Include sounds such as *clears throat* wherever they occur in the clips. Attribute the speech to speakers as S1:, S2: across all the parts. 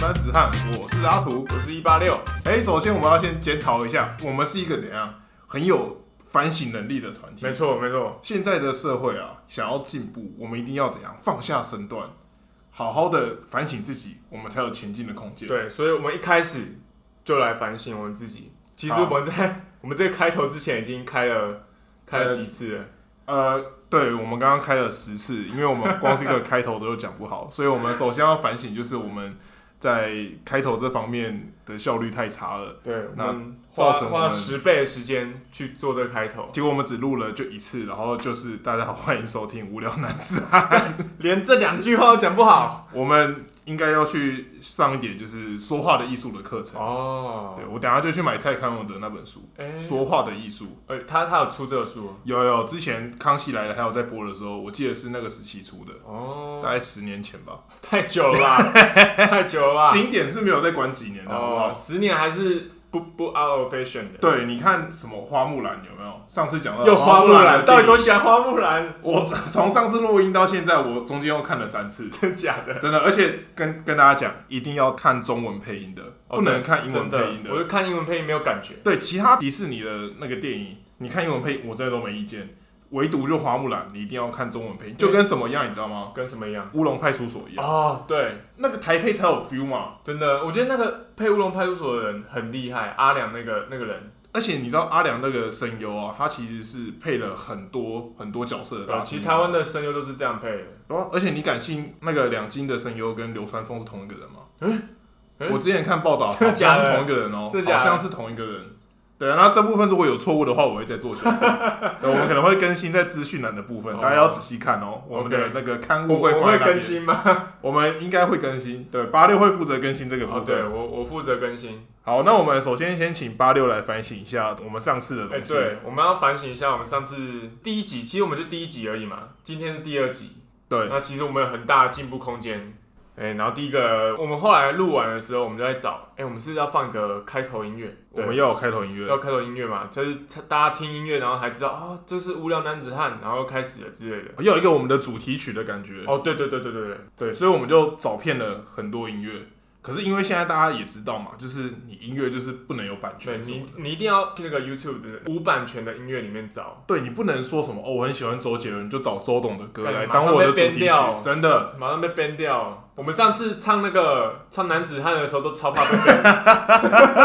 S1: 男子汉，我是阿图。
S2: 我是一八六，
S1: 哎，首先我们要先检讨一下，我们是一个怎样很有反省能力的团体。
S2: 没。错没错，
S1: 现在的社会啊，想要进步，我们一定要怎样放下身段，好好的反省自己，我们才有前进的空间。，
S2: 对，所以我们一开始就来反省我们自己。其实
S1: 好
S2: 我们在 *laughs* 我们这个开头之前已经开了开了几次了，
S1: 呃，对，我们刚刚开了十次，因为我们光是一个开头都讲不
S2: *laughs*
S1: 好，所以我们首先要反省，就是我们在开头这方面的效率太差了。
S2: 对，我
S1: 那
S2: 们
S1: 造
S2: 花
S1: 成我们
S2: 花十倍的时间去做这个开头，
S1: 结果我们只录了就一次，然后就是大家好，欢迎收听《无聊男子 *laughs* 汉》
S2: 连这两句话都讲不好。
S1: 我们应该要去上一点就是说话的艺术的课程。
S2: 哦
S1: 对，我等一下就去买蔡康永的那本书
S2: 哎
S1: 《说话的艺术
S2: 呃，他他有出这个书》。
S1: 有有，之前康熙来了还有在播的时候，我记得是那个时期出的，
S2: 哦，
S1: 大概十年前吧。
S2: 太久
S1: *laughs*
S2: 了吧，太久了吧。
S1: 经典是没有再管几年的，好不
S2: 啊哦，
S1: 好？
S2: 十年还是不不 out of fashion 的。，
S1: 对，哦你看什么花木兰有没有？上次讲到
S2: 又花木兰，
S1: 的
S2: 到底多
S1: 电影
S2: 喜欢花木兰？
S1: 我从上次录音到现在，我中间又看了三次。
S2: 真假的？
S1: *laughs* 真的，而且跟跟大家讲，一定要看中文配音的，
S2: 哦
S1: 不能看英文
S2: 真
S1: 配音
S2: 的，我就看英文配音没有感觉。
S1: 对，其他迪士尼的那个电影，你看英文配音，我真的都没意见，唯独就花木兰，你一定要看中文配音，就跟什么样，你知道吗？
S2: 跟什么一样？
S1: 乌龙派出所一样，
S2: 哦，对，
S1: 那个台配才有 feel 嘛。
S2: 真的，我觉得那个配乌龙派出所的人很厉害，阿良那个那个人，
S1: 而且你知道阿良那个声优啊，他其实是配了很多很多角色的
S2: 对
S1: 大
S2: 吧？
S1: 声
S2: 其
S1: 优
S2: 实台湾，的声优都是这样配的。
S1: 然哦后而且你敢信那个两金的声优跟流川枫是同一个人吗？
S2: 嗯
S1: 我之前看报道，
S2: *laughs* 真
S1: 好
S2: 的假
S1: 像
S2: 的
S1: 是同一个人哦、
S2: 真的
S1: 好
S2: 假的
S1: 像是同一个人。对啊，那这部分如果有错误的话，我会再做修
S2: *laughs*
S1: 正。对，我们可能会更新在资讯栏的部分，
S2: 哦
S1: 大家要仔细看哦、我们的
S2: OK
S1: 那个刊
S2: 我
S1: 物
S2: 我
S1: 放在
S2: 会
S1: 那边
S2: 更，新吗？
S1: 我们应该会更新。对，八六会负责更新这个部，
S2: 哦对
S1: 分。
S2: 我我负责更新。
S1: 好，那我们首先先请八六来反省一下我们上次的
S2: 哎，
S1: 东西。
S2: 对，我们要反省一下，我们上次第一集，其实我们就第一集而已嘛，今天是第二集。
S1: 对
S2: 那其实我们有很大的进步空间。哎、然后第一个，我们后来录完的时候，我们就在找，哎、我们是不是要放一个开头音乐，
S1: 我
S2: 对
S1: 们要有开头音乐
S2: 要。开头音乐嘛，就是大家听音乐，然后还知道啊、这是无聊男子汉，然后又开始了之类的。
S1: 要有一个我们的主题曲的感觉，
S2: 哦，对对对对对对，
S1: 对，所以我们就找遍了很多音乐。可是因为现在大家也知道嘛，就是你音乐就是不能有版
S2: 对
S1: 权什么
S2: 你
S1: 的，
S2: 你一定要去那个 YouTube 的无版权的音乐里面找，
S1: 对你不能说什么哦，我很喜欢周杰伦，就找周董的歌
S2: 干
S1: 来
S2: 马
S1: 当
S2: 上
S1: 我的
S2: 被
S1: 主题
S2: ban
S1: 曲
S2: 掉，
S1: 真的。
S2: 马上被 ban 掉。我们上次唱那个唱男子汉的时候，都超怕被 ban，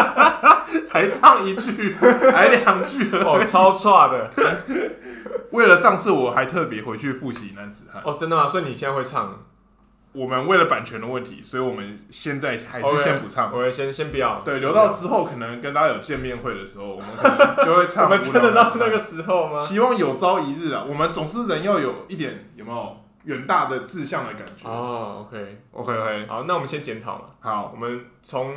S1: 才唱一句， *laughs* 还两句了。
S2: 哦，超差的。
S1: 为了上次，我还特别回去复习《男子汉》。
S2: 哦，真的吗？所以你现在会唱？
S1: 我们为了版权的问题，所以我们现在还是
S2: OK
S1: 先不唱。
S2: 我先先不要，
S1: 对，
S2: 先
S1: 留
S2: 不要
S1: 到之后可能跟大家有见面会的时候，我们可能就会唱。
S2: *laughs* 我们真的到那个
S1: 个，
S2: 时候吗？
S1: 希望有朝一日啊，我们总是人要有一点有没有远大的志向的感觉。
S2: 哦，OK，
S1: OK OK，
S2: 好，那我们先检讨了。
S1: 好，
S2: 我们从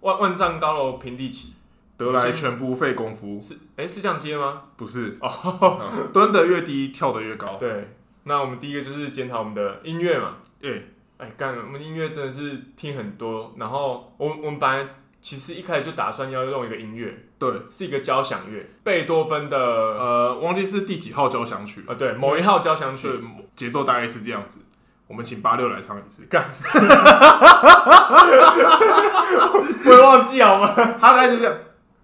S2: 万万丈高楼平地起，
S1: 得来
S2: 先
S1: 全不费功夫，
S2: 是哎、是这样接吗？
S1: 不是
S2: 哦，
S1: 嗯 *laughs* 蹲得越低，跳得越高。
S2: 对。那我们第一个就是检讨我们的音乐嘛，
S1: 哎，
S2: 哎、干，我们音乐真的是听很多，然后我我们本来其实一开始就打算要用一个音乐，
S1: 对，
S2: 是一个交响乐，贝多芬的
S1: 呃，忘记是第几号交响曲了。
S2: 呃对某一号交响曲， *laughs*
S1: 对，节奏大概是这样子。我们请八六来唱一次， *laughs*
S2: 不会忘记好吗？
S1: 他大概就这样，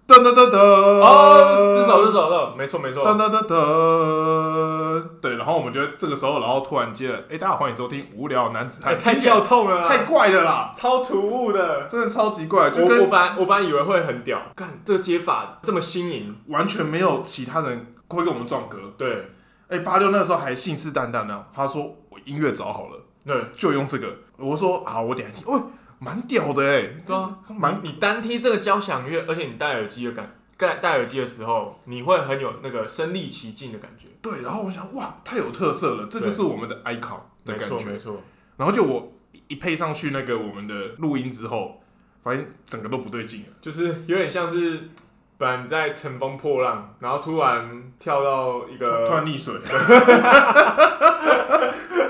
S1: 噔噔噔噔，
S2: 哦，这首这首这首，没错没错，
S1: 噔噔噔噔，对，然后我们就这个时候，然后突然接了，哎、大家好欢迎收听《无聊男子汉
S2: 哎》，太跳痛了啊，
S1: 太怪了啦，
S2: 超突兀的。
S1: 真的超级怪，就
S2: 我我
S1: 跟
S2: 本来我本来以为会很屌，干这个接法这么新颖，
S1: 完全没有其他人会跟我们撞歌。
S2: 对
S1: 哎、八六那个时候还信誓旦旦呢，他说我音乐找好了，
S2: 对
S1: 就用这个。我说啊，我等一下听，喂、蛮屌的哎、
S2: 对啊，
S1: 蛮
S2: 你单听这个交响乐，而且你戴耳机的感，戴戴耳机的时候，你会很有那个身临其境的感觉，
S1: 对。然后我想，哇，太有特色了，这就是我们的 icon 的
S2: 没
S1: 感
S2: 错
S1: 觉。
S2: 没错，
S1: 然后就我一配上去那个我们的录音之后，发现整个都不对劲了。
S2: 就是有点像是本来你在乘风破浪，然后突然跳到一个
S1: 突然溺水， *laughs*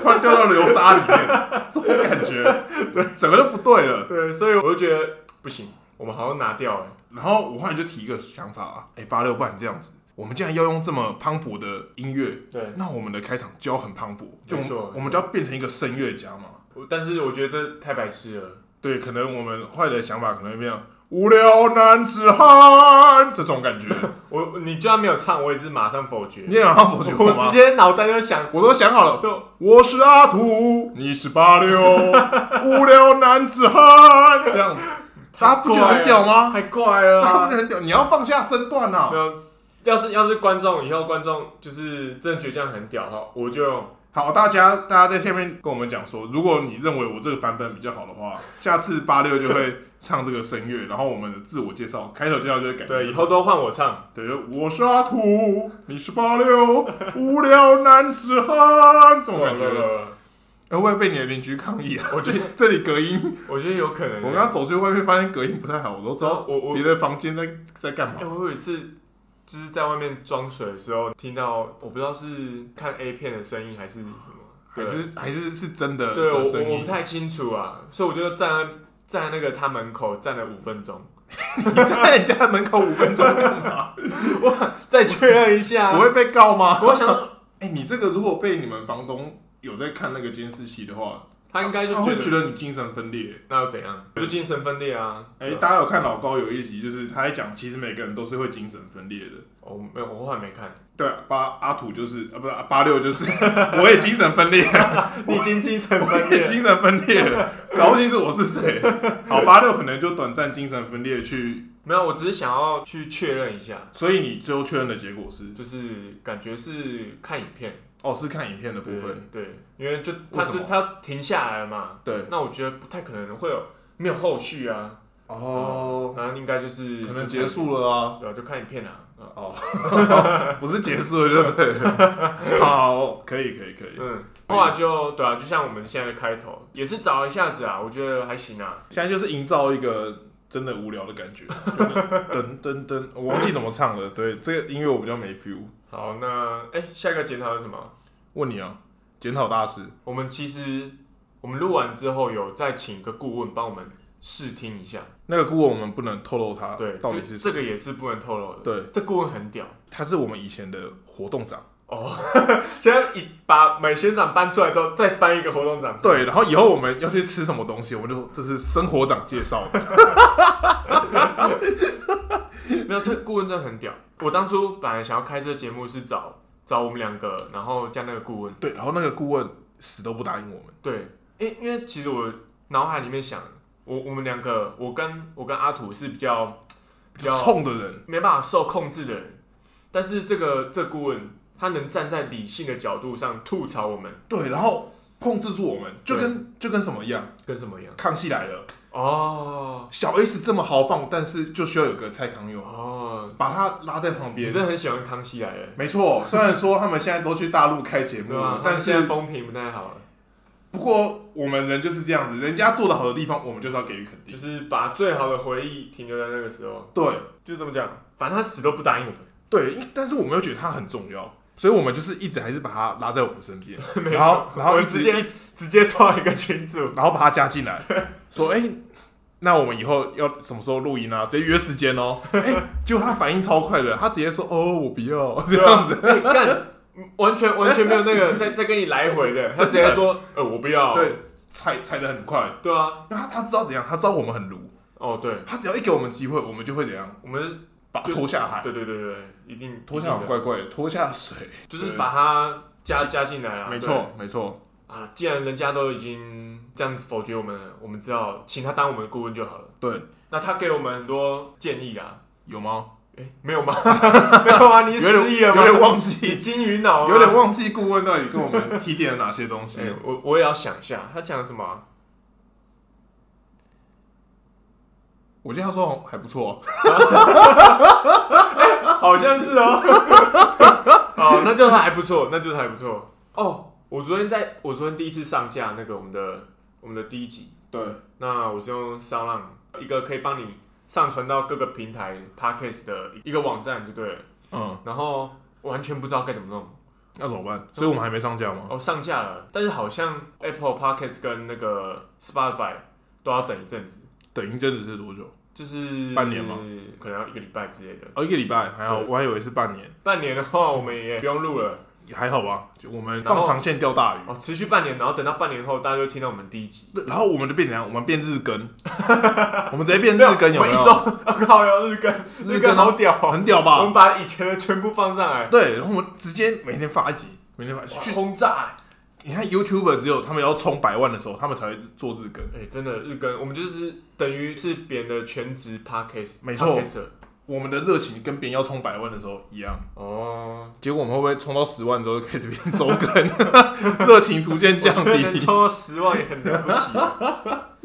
S1: 突然掉到流沙里面，这种感觉， *laughs* 对，整个都不对了。
S2: 对，所以我就觉得不行，我们好像拿掉了，
S1: 然后我后来就提一个想法啊，哎、八六，不然这样子，我们既然要用这么磅礴的音乐，
S2: 对，
S1: 那我们的开场就要很磅礴，就我们
S2: 没错
S1: 我们就要变成一个声乐家嘛。
S2: 我但是我觉得这太白痴了，
S1: 对，可能我们坏的想法可能会变成无聊男子汉这种
S2: *laughs*
S1: 感觉。
S2: 我你居然没有唱，我也是马上否决
S1: 你。也想要否决我
S2: 我
S1: 吗
S2: 直？接脑袋就想，
S1: 我都想好了，
S2: 就
S1: 我是阿土，你是八六，无聊男子汉这样子，大家不觉得很屌吗？
S2: 太怪了
S1: 大家
S2: 啊
S1: 不觉！得很屌？你要放下身段啊呐、
S2: 没有要是要是观众以后观众就是真的觉得这样很屌的话，我就
S1: 好，大家大家在下面跟我们讲说，如果你认为我这个版本比较好的话，下次八六就会唱这个声乐，然后我们的自我介绍、开头介绍就会改成
S2: 对
S1: 这
S2: 以
S1: 种
S2: 后都换我唱。
S1: 对，就我是阿土，你是八六，无聊男子汉，这种感
S2: 对
S1: 觉，哎会不会被你的邻居抗议啊？
S2: 我觉得
S1: 这里隔音，
S2: 我觉得有可能欸。
S1: 我刚刚走去外面发现隔音不太好，我都知道
S2: 我我
S1: 别的房间在在干嘛
S2: 哎、。我有一次就是在外面装水的时候，听到我不知道是看 A 片的声音还是什么，
S1: 还是还是是真的
S2: 对
S1: 的
S2: 我我
S1: 声
S2: 我
S1: 音
S2: 不，太清楚啊，所以我就站在站在那个他门口站了五分钟，
S1: 你在人家门口五分钟
S2: *laughs*
S1: 干嘛？
S2: 再确认一下
S1: 我
S2: 啊。
S1: 会被告吗？
S2: 我想说
S1: 哎、你这个如果被你们房东有在看那个监视器的话，
S2: 他应该就
S1: 他会
S2: 觉
S1: 觉
S2: 得
S1: 得你精神分裂。
S2: 那又怎样？我就精神分裂啊！
S1: 哎、大家有看老高有一集，就是他在讲，其实每个人都是会精神分裂的。
S2: 我哦没有，我后来没看。
S1: 对啊，八阿土就是啊，不是啊八六就是， *laughs* 我也精神分裂，
S2: *laughs* 你已经精神
S1: 我
S2: 分裂
S1: 也
S2: 了，
S1: 精神分裂了，搞不清楚我是谁。好，八六可能就短暂精神分裂去，
S2: 没有，我只是想要去确认一下，
S1: 所以你最后确认的结果是，
S2: 就是感觉是看影片
S1: 哦，是看影片的
S2: 的
S1: 部分。
S2: 对，因为就
S1: 为
S2: 他
S1: 什
S2: 就
S1: 么
S2: 他停下来了嘛，
S1: 对，
S2: 那我觉得不太可能会有没有后续啊，
S1: 哦，
S2: 然后应该就是
S1: 可能结，束了啊。
S2: 就看对啊，就看影片啊，啊
S1: 不是结束了就对
S2: *laughs*
S1: 了。好，可以可以可以。
S2: 嗯，后来就对啊，就像我们现在的开头，也是找一下子啊，我觉得还行啊，
S1: 现在就是营造一个真的无聊的感觉，噔噔噔，我忘记怎么唱了。对，这个音乐我比较没 feel。
S2: 好，那哎、下一个检讨是什么？
S1: 问你啊，检讨大师，
S2: 我们其实我们录完之后有再请个顾问帮我们试听一下，
S1: 那个顾问我们不能透露他
S2: 对，
S1: 到底
S2: 这
S1: 是
S2: 这
S1: 谁。
S2: 个也是不能透露的。
S1: 对，
S2: 这顾问很屌，
S1: 他是我们以前的活动长。
S2: 现在一把美宣长搬出来之后，再搬一个活动长。，
S1: 对，然后以后我们要去吃什么东西，我们就说这是生活长介绍 *laughs* 的。
S2: 没有这顾问真的很屌。我当初本来想要开这个节目是找找我们两个，然后加那个顾问。
S1: 对，然后那个顾问死都不答应我们。
S2: 对，因因为其实我脑海里面想，我我们两个，我跟我跟阿土是比较比较
S1: 冲的人，
S2: 没办法受控制的人，但是这个这顾问他能站在理性的角度上吐槽我们，
S1: 对，然后控制住我们，就
S2: 对
S1: 跟就跟什么一样，
S2: 跟什么一样？
S1: 康熙来了，
S2: 哦
S1: 小 S 这么豪放，但是就需要有个蔡康永
S2: 哦，
S1: 把他拉在旁
S2: 你
S1: 边
S2: 真。的很喜欢《康熙来了》。
S1: 没错，虽然说他们现在都去大陆开节目
S2: 对啊
S1: 了，，
S2: 但
S1: 嗯但
S2: 是现在
S1: 是
S2: 风评不太好了，
S1: 不过我们人就是这样子，人家做的好的地方，我们就是要给予肯
S2: 就
S1: 定。
S2: 是把最好的回忆停留在那个时候，
S1: 对
S2: 就这么讲。反正他死都不答应我们，
S1: 对，因但是我们又觉得他很重要，所以我们就是一直还是把他拉在我们身边，
S2: *laughs* 没
S1: 然
S2: 错
S1: 后，然后
S2: 我
S1: 一
S2: 直
S1: 直
S2: 接直接创一个群组，
S1: 然后把他加进来，说哎、那我们以后要什么时候录音啊？直接约时间
S2: *laughs*
S1: 哦。哎、结果他反应超快的，他直接说哦，我不要这样子。
S2: 哎 *laughs* 干，完全完全没有那个在在跟你来回的，他直接说，呃，我不要，
S1: *laughs* 对，踩踩的很快，
S2: 对啊，
S1: 那他他知道怎样，他知道我们很鲁，
S2: 哦对，
S1: 他只要一给我们机会，我们就会怎样，
S2: 我们
S1: 把他拖下海，
S2: 对对对对，一定
S1: 拖下海
S2: 一定
S1: 怪怪的，拖下水，
S2: 的就是把他加加进来了，
S1: 没错没错，
S2: 啊对啊，既然人家都已经这样否决我们了，我们只好请他当我们的顾问就好了。
S1: 对，
S2: 那他给我们很多建议啊，
S1: 有吗？
S2: 哎，没有吗？ *laughs* 没有吗？你
S1: 有
S2: 失忆了
S1: 点
S2: 吗？
S1: 有点忘
S2: 你 *laughs*
S1: 记，
S2: 金鱼脑啊
S1: 有点忘记顾问到底跟我们提点了哪些东西
S2: 哎。我我也要想一下，他讲什么啊？
S1: 我记得他说还不错，啊
S2: 好像是
S1: *laughs*
S2: 哦。好，那就是还不错，那就是还不错。哦，我昨天在我昨天第一次上架那个我们的我们的第一集，
S1: 对，
S2: 那我是用 s o u n 一个可以帮你上传到各个平台 Podcast 的一个网站就对了。
S1: 嗯，
S2: 然后完全不知道该怎么弄，
S1: 那怎么办？所以我们还没上架吗？
S2: 哦，上架了，但是好像 Apple Podcast 跟那个 Spotify 都要等一阵子。
S1: 等一阵子是多久？
S2: 就是
S1: 半年吗？
S2: 可能要一个礼拜之类的。
S1: 哦，一个礼拜还好，
S2: 对
S1: 我还以为是半年。
S2: 半年的话，我们也不用录了。
S1: 也还好吧，就我们
S2: 然后
S1: 放长线钓大鱼。
S2: 哦，持续半年，然后等到半年后，大家就听到我们第一集。
S1: 然后我们就变怎样？我们变日
S2: *laughs*
S1: 更，我们直接变日更，有
S2: 我
S1: 没
S2: 们一
S1: 有？
S2: 周， *laughs* 啊靠，要日更，
S1: 日更啊
S2: 更好屌哦，
S1: 很屌
S2: 我
S1: 吧
S2: 们？把以前的全部放上来，
S1: 对，然后我们直接每天发一集，每天发一集。
S2: 去
S1: 去
S2: 轰炸。
S1: 你看 YouTuber 只有他们要冲百万的时候，他们才会做日更。
S2: 哎、真的日更，我们就是等于是别人的全职 podcast，
S1: 没错
S2: podcaster
S1: 我们的热情跟别人要冲百万的时候一样。
S2: 哦，
S1: 结果我们会不会冲到十万之后就开始变周更，
S2: *laughs*
S1: 热情逐渐降
S2: 我觉得能
S1: 低？
S2: 冲到十万也很了不起。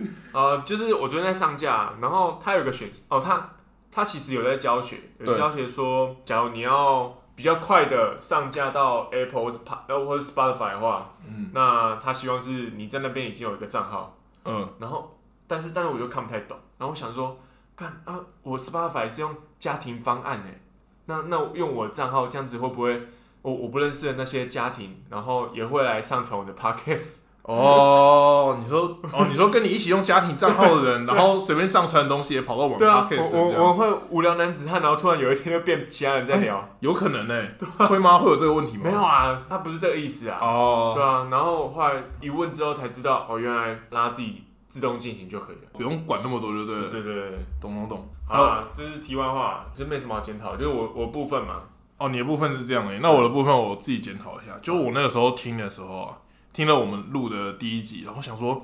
S1: *laughs*
S2: 呃，就是我昨天在上架，然后他有个选哦，他他其实有在教学，有
S1: 对
S2: 教学说，假如你要比较快的上架到 Apple 或是 Pa- 呃或是 Spotify 的话，
S1: 嗯
S2: 那他希望是你在那边已经有一个账号，
S1: 嗯，
S2: 然后但是但是我就看不太懂，然后我想说，看啊，我 Spotify 是用家庭方案哎，那那用我账号这样子会不会？我我不认识的那些家庭，然后也会来上传我的 podcast，
S1: 哦，你说哦，你说跟你一起用家庭账号的人，然后随便上传东西也跑到我们
S2: 对啊，
S1: podcast
S2: 我
S1: 这
S2: 我我
S1: 样，
S2: 会无聊男子汉，然后突然有一天就变其他人在聊，
S1: 有可能呢？会吗？会有这个问题吗？
S2: 没有啊，他不是这个意思啊，对
S1: 哦，
S2: 啊，然后我后来一问之后才知道，哦，原来拉自己自动进行就可以了，
S1: 不用管那么多，就对
S2: 对
S1: 了，
S2: 对对对，
S1: 懂懂懂。
S2: 好啦，这是题外话，这没什么好检讨，就是我我部分嘛，
S1: 哦，你的部分是这样的，那我的部分我自己检讨一下。就我那个时候听的时候啊，听了我们录的第一集，然后想说，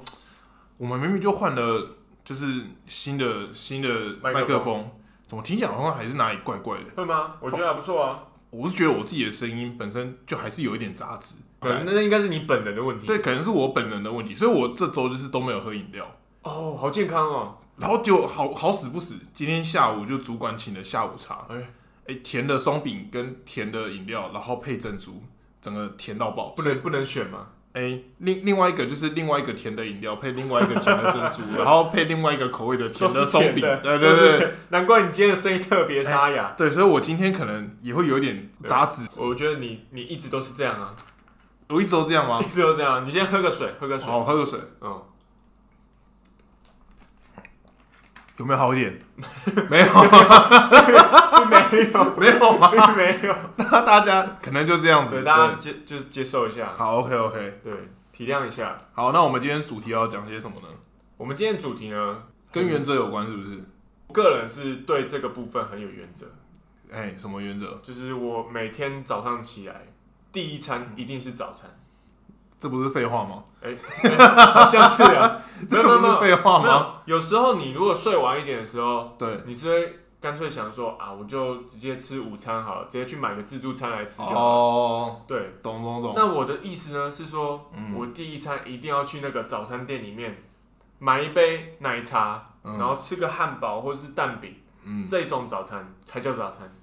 S1: 我们明明就换了就是新的新的
S2: 麦克风
S1: 麦克风，怎么听起来好像还是哪里怪怪的？
S2: 会吗？我觉得还不错啊，
S1: 我是觉得我自己的声音本身就还是有一点杂质，
S2: 可能那应该是你本人的问题，
S1: 哦对，可能是我本人的问题，所以我这周就是都没有喝饮料。
S2: 哦，好健康哦，
S1: 然后就好好死不死，今天下午就主管请的下午茶，哎、
S2: 哎
S1: 甜的松饼跟甜的饮料，然后配珍珠，整个甜到爆。
S2: 不
S1: 所以
S2: 能不能选嘛，
S1: 哎、另另外一个就是另外一个甜的饮料配另外一个甜的珍珠，然后配另外一个口味的
S2: 都
S1: 甜
S2: 是
S1: 松
S2: 甜
S1: 饼，
S2: 的，
S1: 对
S2: 都
S1: 对
S2: 是
S1: 对
S2: 甜，难怪你今天的声音特别沙哑。
S1: 对，所以我今天可能也会有点杂质。
S2: 我觉得你你一直都是这样啊，
S1: 我一直都这样吗
S2: 一？直都这样。你先喝个水，喝个水。
S1: 好，我喝个水，
S2: 嗯，
S1: 有没有好一
S2: *laughs*
S1: 点？没有，
S2: 没有，
S1: 没有吗？
S2: *laughs* 没有，
S1: 那大家可能就这样
S2: 所
S1: 子。
S2: 以大家
S1: 对
S2: 接就是接受一下，
S1: 好，OK OK，
S2: 对，体谅一下。
S1: 好，那我们今天主题要讲些什么呢？
S2: 我们今天的主题呢，
S1: 跟原则有关是不是？
S2: 我个人是对这个部分很有原则，
S1: 哎、什么原则？
S2: 就是我每天早上起来第一餐一定是早餐。
S1: 这不是废话吗？
S2: 哎、哎好像
S1: *laughs*
S2: 是啊，没
S1: 这
S2: 有没
S1: 不
S2: 有
S1: 是
S2: 没有
S1: 废话
S2: 没
S1: 吗？
S2: 有，有时候你如果睡晚一点的时候，
S1: 对，
S2: 你是会干脆想说啊，我就直接吃午餐好了，直接去买个自助餐来吃就好了。
S1: 哦，
S2: 对，
S1: 懂懂懂。
S2: 那我的意思呢是说，
S1: 嗯
S2: 我第一餐一定要去那个早餐店里面买一杯奶茶，
S1: 嗯
S2: 然后吃个汉堡或是蛋饼，
S1: 嗯，
S2: 这种早餐才叫早餐。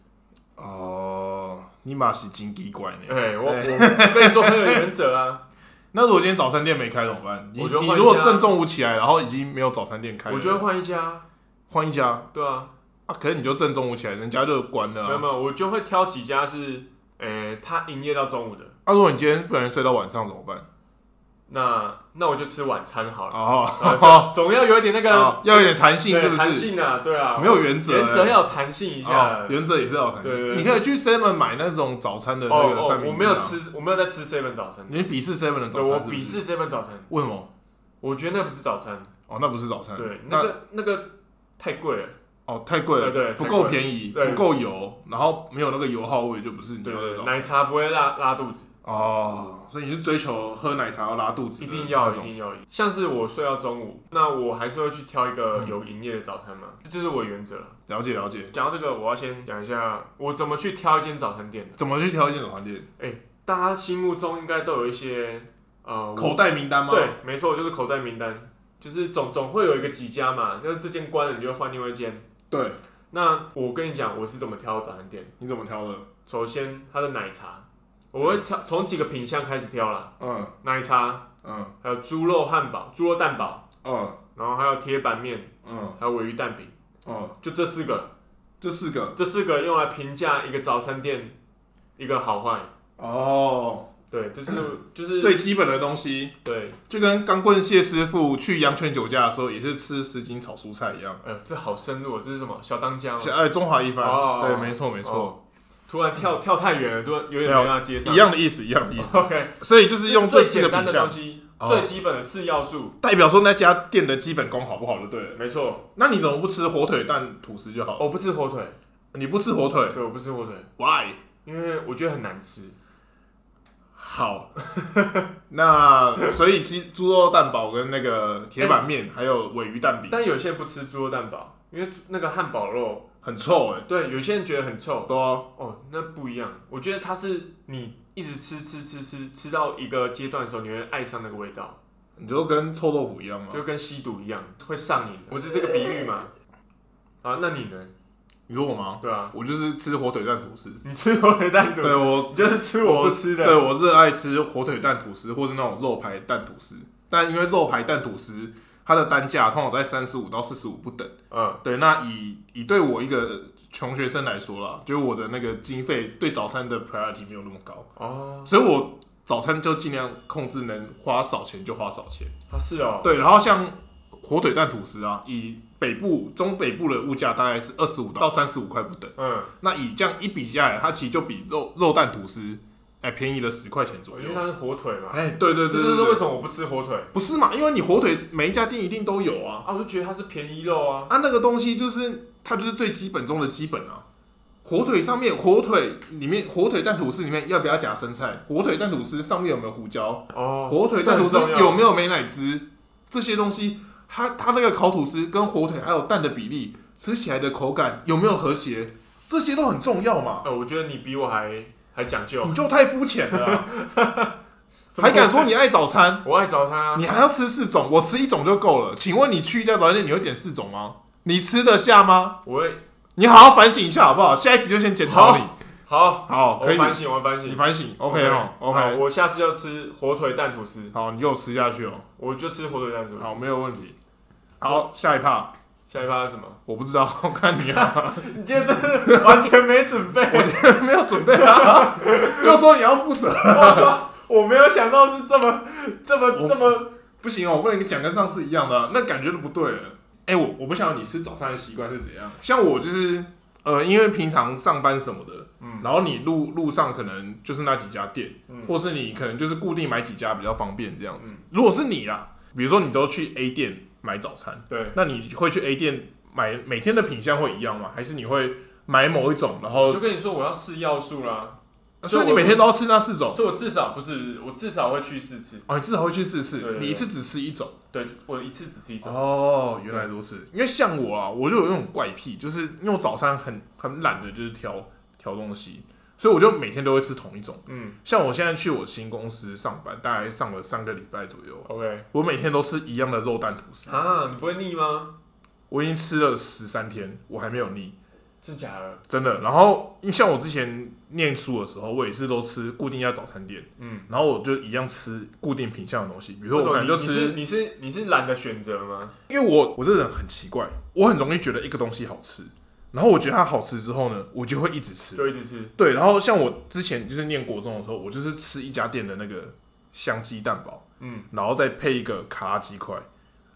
S1: 哦，你妈是金鸡怪呢。
S2: 对我我所以说很有原则啊，
S1: 那如果今天早餐店没开怎么办？你
S2: 我就换
S1: 你
S2: 一家
S1: 如果正中午起来，然后已经没有早餐 *laughs* 店开了，
S2: 我就会换一家，
S1: 换一家
S2: 对啊，
S1: 啊。可是你就正中午起来，人家就关了
S2: 没有
S1: 啊。
S2: 没有，我就会挑几家是，呃，他营业到中午的，
S1: 那、啊如果你今天不小心睡到晚上怎么办？
S2: 那那我就吃晚餐好了，
S1: 哦， *laughs*
S2: 呃总要有一点那个
S1: 哦要有点弹性
S2: 对
S1: 是不
S2: 弹
S1: 是？
S2: 性啊，对啊，
S1: 没有原则、
S2: 原则要有弹性一下
S1: 哦。原则也是要弹
S2: 对对
S1: 性。
S2: 对
S1: 你可以去 Seven 买那种早餐的
S2: 哦
S1: 那个
S2: 哦
S1: 三，明治、啊
S2: 我没有，吃，我没有在吃 seven 早餐，
S1: 你鄙视 Seven 的早
S2: 对
S1: 餐
S2: 我
S1: 是不是
S2: 鄙视这份早餐。
S1: 为什么？
S2: 我觉得那不是早餐，
S1: 哦，那不是早餐，
S2: 对，
S1: 那
S2: 那个那个太贵了，
S1: 哦太贵了，
S2: 对对
S1: 不
S2: 太贵
S1: 够
S2: 了
S1: 便宜，
S2: 对
S1: 不够油，然后没有那个油耗味，就不是你
S2: 对
S1: 要的
S2: 对
S1: 早
S2: 对，
S1: 餐
S2: 奶茶不会拉拉肚子，
S1: 哦。所以你是追求喝奶茶要拉肚子
S2: 一
S1: 的
S2: 定要
S1: 那
S2: 一
S1: 种，
S2: 定要。像是我睡到中午，那我还是会去挑一个
S1: 嗯
S2: 有营业的早餐嘛，这就是我原则了。
S1: 了解了解。
S2: 讲到这个，我要先讲一下我怎么去挑一间早餐店的。
S1: 怎么去挑一间早餐店？
S2: 大家心目中应该都有一些呃
S1: 口袋名单吗？
S2: 对，没错，就是口袋名单，就是总总会有一个几家嘛，那这间关了，你就换另外一间。
S1: 对，
S2: 那我跟你讲，我是怎么挑早餐店。
S1: 你怎么挑的？
S2: 首先，它的奶茶，我会挑从几个品相开始挑啦，
S1: 嗯
S2: 奶茶，
S1: 嗯
S2: 还有猪肉汉堡、猪肉蛋堡，
S1: 嗯
S2: 然后还有铁板面，
S1: 嗯
S2: 还有鲔鱼蛋饼，
S1: 嗯，
S2: 就这四个，
S1: 这四个
S2: 这四个用来评价一个早餐店一个好坏。
S1: 哦，
S2: 对，这是就是
S1: 最基本的东西，
S2: 对，
S1: 就跟钢棍蟹师傅去阳泉酒家的时候也是吃十斤炒蔬菜一样。
S2: 呃，这好深入哦，这是什么小当家吗？
S1: 哎，中华一番，
S2: 哦
S1: 对，没错没错。
S2: 哦突然跳跳太远了，突然有点没办法接上。
S1: 一样的意思，一样的意思。
S2: OK， *laughs*
S1: 所以就是用这
S2: 最
S1: 四
S2: 简
S1: 个
S2: 单
S1: 品
S2: 的
S1: 相
S2: 东，西，
S1: 哦
S2: 最基本的四要素，
S1: 代表说那家店的基本功好不好就对了。
S2: 没错。
S1: 那你怎么不吃火腿蛋吐司就好？
S2: 我不吃火腿，
S1: 你不吃火腿
S2: 对，我不吃火腿，
S1: ，why？
S2: 因为我觉得很难吃。
S1: 好， *laughs* 那所以鸡猪肉蛋堡跟那个铁板面，还有尾鱼蛋饼，
S2: 但有些人不吃猪肉蛋堡，因为那个汉堡肉，
S1: 很臭哎、
S2: 对，有些人觉得很臭。
S1: 对啊，
S2: 哦，那不一样。我觉得它是你一直吃吃吃吃吃到一个阶段的时候，你会爱上那个味道，
S1: 你就跟臭豆腐一样嘛。
S2: 就跟吸毒一样，会上瘾。我是这个比喻嘛。啊，那你呢？
S1: 你说我吗？
S2: 对啊，
S1: 我就是吃火腿蛋吐司。
S2: 你吃火腿蛋怎么
S1: 对
S2: 吃？
S1: 我
S2: 你就是吃我不吃的。
S1: 对我热爱吃火腿蛋吐司，或是那种肉排蛋吐司。但因为肉排蛋吐司它的单价通常在三十五到四十五不等。
S2: 嗯，
S1: 对，那以以对我一个穷学生来说啦，就是我的那个经费对早餐的 priority 没有那么高，
S2: 哦，
S1: 所以我早餐就尽量控制能花少钱就花少钱。
S2: 啊是哦，
S1: 对，然后像火腿蛋吐司啊，以北部中北部的物价大概是二十五到三十五块不等。
S2: 嗯，
S1: 那以这样一比下来，它其实就比肉肉蛋吐司哎、便宜了十块钱左
S2: 因
S1: 右
S2: 为。它是火腿嘛，
S1: 哎、对对
S2: 这
S1: 对
S2: 就
S1: 对
S2: 是
S1: 对
S2: 为什么我不吃火腿
S1: 不是嘛？因为你火腿每一家店一定都有啊，
S2: 啊，我就觉得它是便宜肉啊。
S1: 啊，那个东西就是它就是最基本中的基本啊。火腿上面，火腿里面，火腿蛋吐司里面要不要夹生菜？火腿蛋吐司上面有没有胡椒？
S2: 哦，
S1: 火腿蛋吐司
S2: 这很重要
S1: 有没有美乃滋？这些东西，它它那个烤吐司跟火腿还有蛋的比例，吃起来的口感有没有和谐？这些都很重要嘛。
S2: 呃，我觉得你比我还还讲究
S1: 你，就太肤浅了啊、
S2: *laughs* 什么
S1: 还敢说你爱早餐？
S2: 我爱早餐啊？
S1: 你还要吃四种，我吃一种就够了。请问你去一家早餐店，你会点四种吗？你吃得下吗？
S2: 我会
S1: 你好好反省一下好不好？下一集就先检讨你。
S2: 好，
S1: 好，
S2: 我
S1: 哦可以，
S2: 反省，我反省
S1: 你。反省，OK 哦
S2: 好
S1: ，OK，
S2: 我下次要吃火腿蛋吐司，
S1: 好，你给我吃下去哦。
S2: 我就吃火腿蛋吐司。
S1: 好，没有问题。好，下一趴
S2: 下一趴是什么？ *laughs*
S1: 我不知道，我看你啊，
S2: 你今天真的完全没准备。
S1: *laughs* 没有准备啊， *laughs* 就说你要负责，
S2: 我操！我没有想到是这么这么
S1: 我
S2: 这么
S1: 不行哦，我不能讲跟上次一样的啊，那感觉就不对了。哎，我我不晓得你吃早餐的习惯是怎样，像我就是呃，因为平常上班什么的，
S2: 嗯
S1: 然后你路路上可能就是那几家店，
S2: 嗯
S1: 或是你可能就是固定买几家比较方便这样子
S2: 嗯。
S1: 如果是你啦，比如说你都去 A 店买早餐，
S2: 对，
S1: 那你会去 A 店买每天的品相会一样吗？还是你会买某一种，然
S2: 我
S1: 后
S2: 就跟你说我要试要素啦，
S1: 所以你每天都要吃那四种？
S2: 所以我至少不是我至少会去四次，
S1: 哦，你至少会去四
S2: 对对
S1: 次，
S2: 对
S1: 你一次只吃一种。
S2: 对我一次只吃一次。
S1: 哦，原来如此。因为像我啊，我就有那种怪癖，就是因为我早餐很很懒的，就是挑挑东西，所以我就每天都会吃同一种。
S2: 嗯
S1: 像我现在去我新公司上班，大概上了三个礼拜左右，
S2: ，OK
S1: 我每天都吃一样的肉蛋吐司。
S2: 啊，你不会腻吗？
S1: 我已经吃了十三天，我还没有腻，
S2: 真假的？
S1: 真的。然后像我之前念书的时候，我也是都吃固定一家早餐店，
S2: 嗯，
S1: 然后我就一样吃固定品相的东西，比如说
S2: 为什
S1: 我可
S2: 么
S1: 能
S2: 你
S1: 就
S2: 你是
S1: 吃，
S2: 你是你是懒得选择吗？
S1: 因为我我这人很奇怪，我很容易觉得一个东西好吃，然后我觉得它好吃之后呢，我就会一直吃。
S2: 就一直吃
S1: 对，然后像我之前就是念国中的时候，我就是吃一家店的那个香鸡蛋堡，
S2: 嗯，
S1: 然后再配一个卡拉鸡块，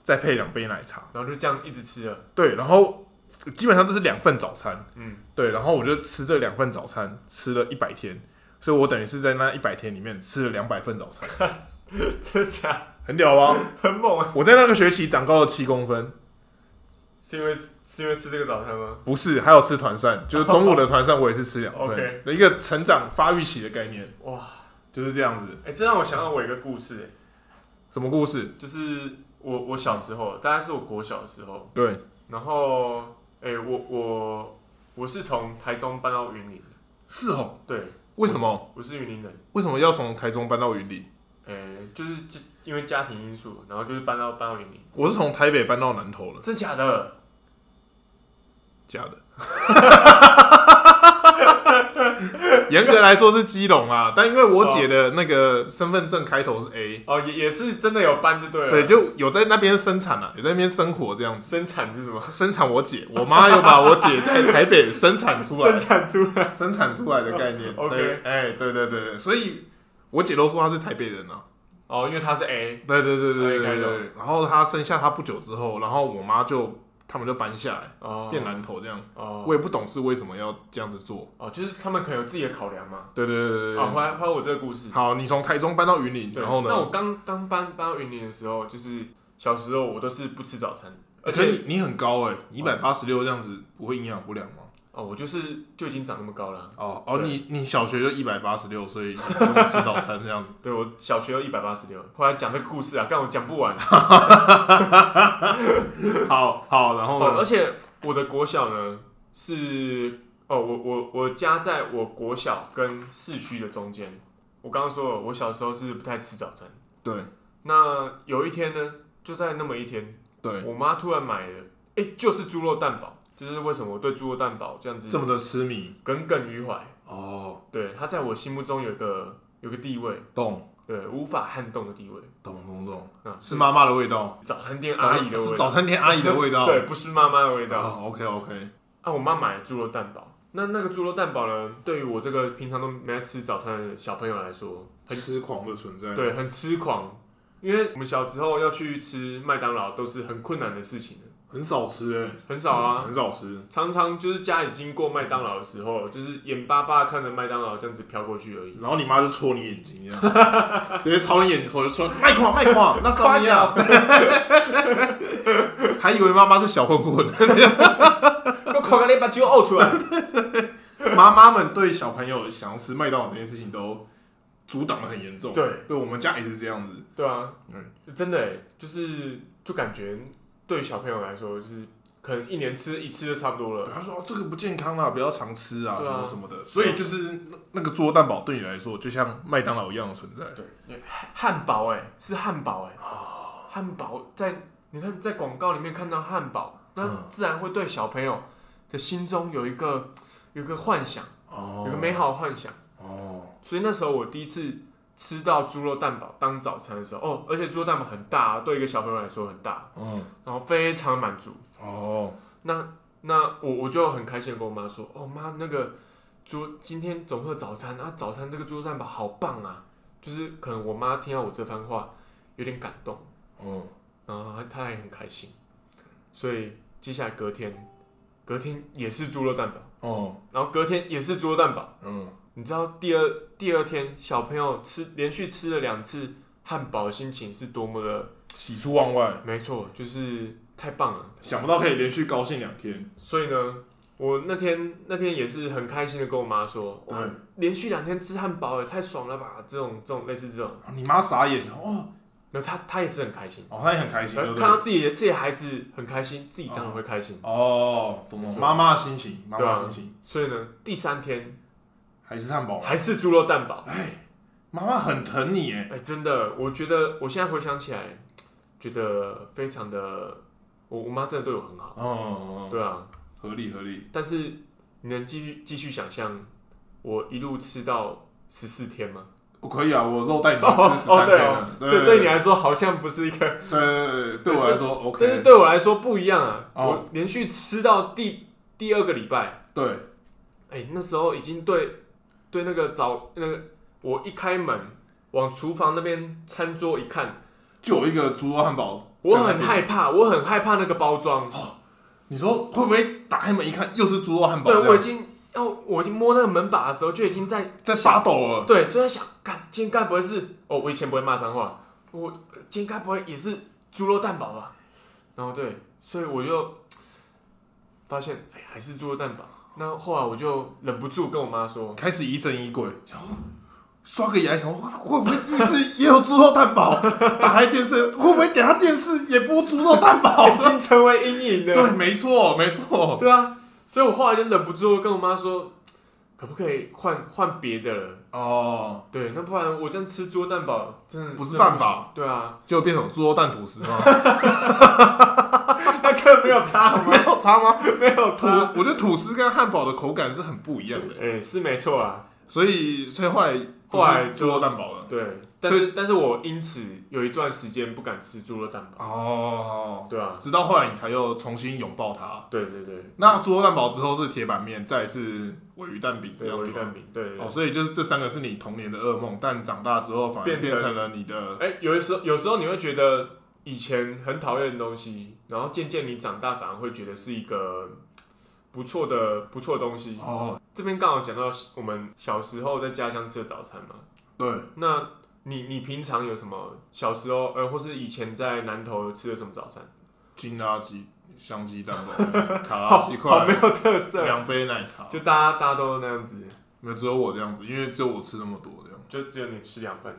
S1: 再配两杯奶茶，
S2: 然后就这样一直吃了。
S1: 对，然后基本上这是两份早餐，
S2: 嗯，
S1: 对，然后我就吃这两份早餐，吃了一百天，所以我等于是在那一百天里面吃了两百份早餐，
S2: *laughs* 真假
S1: 很屌吧？
S2: 很猛啊！
S1: 我在那个学期长高了七公分，
S2: 是因为是因为吃这个早餐吗？
S1: 不是，还有吃团扇，就是中午的团扇我也是吃两 *laughs*
S2: OK
S1: 份，的一个成长发育期的概念
S2: 哇，
S1: 就是这样子。
S2: 哎、这让我想到我有一个故事、欸
S1: 什么故事？
S2: 就是我我小时候，大概是我国小的时候，
S1: 对，
S2: 然后哎、我我我是从台中搬到云林的，
S1: 是哦，
S2: 对，
S1: 为什么？
S2: 我是云林人，
S1: 为什么要从台中搬到云林？
S2: 哎、就是就因为家庭因素，然后就是搬到搬到云林，
S1: 我是从台北搬到南投了，
S2: 真假的？
S1: 假的。 *laughs* 严格来说是基隆啊，但因为我姐的那个身份证开头是 A，
S2: 哦，也也是真的有搬就对
S1: *laughs*
S2: 了，
S1: 对，就有在那边生产啊，有在那边生活这样子。
S2: 生产是什么？
S1: 生产我姐，我妈又把我姐在台北 *laughs* 生产出
S2: 生
S1: 来，
S2: 产出来，
S1: 生产出来的概 *laughs* 念。
S2: OK
S1: 对哎、对对对对，所以我姐都说她是台北人啊。
S2: 哦，因为他是 A，
S1: 对对对对
S2: 哎
S1: 对
S2: 开
S1: 对
S2: 头
S1: 对。然后她生下她不久之后，然后我妈就他们就搬下来
S2: 哦，
S1: 变蓝头这样。
S2: 哦
S1: 我也不懂是为什么要这样子做。
S2: 哦，就是他们可能有自己的考量嘛。
S1: 对对对对对
S2: 啊，回来回来我这个故事，
S1: 好，哦你从台中搬到云林，
S2: 对
S1: 然后
S2: 那
S1: 呢？
S2: 我刚刚搬搬到云林的时候，就是小时候我都是不吃早餐，而
S1: 而且
S2: 且
S1: 你你很高哎，一百八十六这样子，不会营养不良吗？
S2: 哦，我就是就已经长那么高了。
S1: 哦哦，
S2: 对
S1: 你你小学就一百八十六，所以你不用吃早餐这样子。
S2: 对我小学有一百八十六，后来讲这个故事啊，但我讲不完。
S1: *laughs* 好好，然后
S2: 哦，
S1: 呢？
S2: 而且我的国小呢是哦，我我我家在我国小跟市区的中间。我刚刚说了，我小时候是不太吃早餐。
S1: 对
S2: 那有一天呢，就在那么一天，
S1: 对，
S2: 我妈突然买了，哎、就是猪肉蛋堡，就是为什么我对猪肉蛋堡这样子
S1: 这么的痴迷
S2: 耿耿于怀。
S1: 哦，
S2: 对，它在我心目中有一个有个地位，
S1: 懂
S2: 对，无法撼动的地位。
S1: 懂懂懂，
S2: 啊，
S1: 是妈妈的味道，
S2: 早餐店阿姨的味
S1: 是
S2: 道，
S1: 早餐店阿姨的味道。哦
S2: *laughs* 对，不是妈妈的味道。
S1: ，OK OK，
S2: 啊，我妈买了猪肉蛋堡。那那个猪肉蛋堡呢，对于我这个平常都没在吃早餐的小朋友来说，很
S1: 痴狂的存在。
S2: 对很痴狂，因为我们小时候要去吃麦当劳都是很困难的事情，
S1: 很少吃哎、
S2: 很少啊。
S1: 很少吃。
S2: 常常就是家里经过麦当劳的时候，就是眼巴巴看着麦当劳这样子飘过去而已。
S1: 然后你妈就戳你眼睛，这样 *laughs* 直接朝你眼头就说卖垮卖垮，那
S2: 夸
S1: 啥呀？
S2: 小，
S1: *laughs* 还以为妈妈是小混混。 *laughs*
S2: 我口干你把酒呕出来。
S1: 妈妈们对小朋友想要吃麦当劳这件事情都阻挡的很严重。，
S2: 对
S1: 对我们家也是这样子。
S2: 对啊，
S1: 嗯
S2: 真的欸就是就感觉对于小朋友来说，就是可能一年吃一次就差不多了。
S1: 他说、哦这个不健康啦，不要常吃啊，
S2: 对
S1: 什
S2: 啊
S1: 么什么的。所以就是那那个做蛋堡对你来说，就像麦当劳一样的存在。
S2: 对，汉堡哎、是汉堡哎、
S1: 哦
S2: 汉堡在你看在广告里面看到汉堡，那
S1: 嗯
S2: 自然会对小朋友的心中有一个有一个幻想，
S1: 哦
S2: 有个美好的幻想。
S1: 哦，
S2: 所以那时候我第一次吃到猪肉蛋堡当早餐的时候，哦，而且猪肉蛋堡很大啊，对一个小朋友来说很大，
S1: 嗯，
S2: 然后非常满足。
S1: 哦，
S2: 那那我我就很开心的跟我妈说，哦妈，那个猪今天总会有早餐啊，早餐这个猪肉蛋堡好棒啊！就是可能我妈听到我这番话有点感动，
S1: 嗯，
S2: 然后她她也很开心，所以接下来隔天，隔天也是猪肉蛋堡，
S1: 哦，
S2: 然后隔天也是猪肉蛋堡。
S1: 嗯，
S2: 你知道第二第二天小朋友吃连续吃了两次汉堡，心情是多么的
S1: 喜出望外，
S2: 没错，就是太棒了。
S1: 想不到可以连续高兴两天。
S2: 所以呢，我那天那天也是很开心的跟我妈说，
S1: 对
S2: 哇，连续两天吃汉堡也太爽了吧！这种这种类似这种，
S1: 你妈傻眼哦，
S2: 没有她她也是很开心，呃
S1: 哦，她也很开心，对不
S2: 看
S1: 对？
S2: 到自己的自己的孩子很开心，自己当然会开心。
S1: 哦，懂懂。妈妈的心情，妈
S2: 对
S1: 妈
S2: 啊
S1: 的心情
S2: 所以呢，第三天
S1: 还是汉堡吗？
S2: 还是猪肉蛋堡，
S1: 妈妈很疼你哎，
S2: 哎、真的，我觉得我现在回想起来，觉得非常的，我我妈真的对我很好，
S1: 嗯，嗯嗯
S2: 对啊，
S1: 合理合理。
S2: 但是你能继续继续想象我一路吃到十四天吗？
S1: 我可以啊，我肉带你
S2: 哦
S1: 吃十
S2: 哦
S1: 三
S2: 对
S1: 天
S2: 哦
S1: 了，，
S2: 对，对你来说好像不是一个，
S1: 对对对，对我来说
S2: 但是
S1: OK，
S2: 对我来说不一样啊。
S1: 哦
S2: 我连续吃到第第二个礼拜，
S1: 对，
S2: 哎，那时候已经对对那个早那个，我一开门往厨房那边餐桌一看，
S1: 就有一个猪肉汉堡，
S2: 我很。害怕，我很害怕那个包装。
S1: 你说会不会打开门一看又是猪肉汉堡
S2: 对
S1: 这样？
S2: 我已经要我已经摸那个门把的时候，就已经在
S1: 在
S2: 想
S1: 发抖了。
S2: 对，就在想，干，今天该不会是哦？我以前不会骂脏话，我呃今天该不会也是猪肉蛋堡吧？然后对，所以我就发现，哎，还是猪肉蛋堡。那后来我就忍不住跟我妈说，
S1: 开始疑神疑鬼，想说刷个牙，想说会不会浴室也有猪肉蛋堡？打开电视，会不会等下电视也播猪肉蛋堡
S2: 已？经成为阴影
S1: *laughs*
S2: 了。
S1: 对，没错，没错。
S2: 对啊，所以我后来就忍不住跟我妈说，可不可以换换别的了？
S1: 哦，
S2: 对，那不然我这样吃猪肉蛋堡真的
S1: 不是
S2: 真的
S1: 办法
S2: 行。对啊，
S1: 就变成猪肉蛋吐司吗？
S2: 那根本没有差好
S1: *laughs*
S2: 吗？
S1: 没有差 *laughs* 吗？
S2: 没有
S1: 吐，
S2: 差。
S1: 我觉得吐司跟汉堡的口感是很不一样的，
S2: 哎、是没错啊。
S1: 所以所以后来
S2: 后来
S1: 不是猪肉蛋堡了。
S2: 对，但是但是我因此有一段时间不敢吃猪肉蛋堡。
S1: 哦，
S2: 对啊，
S1: 直到后来你才又重新拥抱它。
S2: 对对对，
S1: 那猪肉蛋堡之后是铁板面，再来是尾鱼蛋饼这
S2: 对
S1: 样
S2: 我
S1: 子
S2: 鱼
S1: 吗。
S2: 蛋饼，对对对
S1: 哦，。所以就是这三个是你童年的噩梦，但长大之后反而
S2: 变成
S1: 变成了你的
S2: 哎、有的时候有时候你会觉得以前很讨厌的东西，然后渐渐你长大反而会觉得是一个不错的不错的东西。
S1: 哦，
S2: 这边刚好讲到我们小时候在家乡吃的早餐嘛，
S1: 对，
S2: 那你你平常有什么小时候呃，或是以前在南头吃的什么早餐？
S1: 金拉鸡、香鸡
S2: *laughs*
S1: 蛋堡、卡
S2: 好
S1: 拉鸡
S2: 好哦没
S1: 块、
S2: 有特色，
S1: 两杯奶茶，
S2: 就大家大家都那样子，
S1: 没有只有我这样子，因为只有我吃那么多这样。
S2: 就只有你吃两份。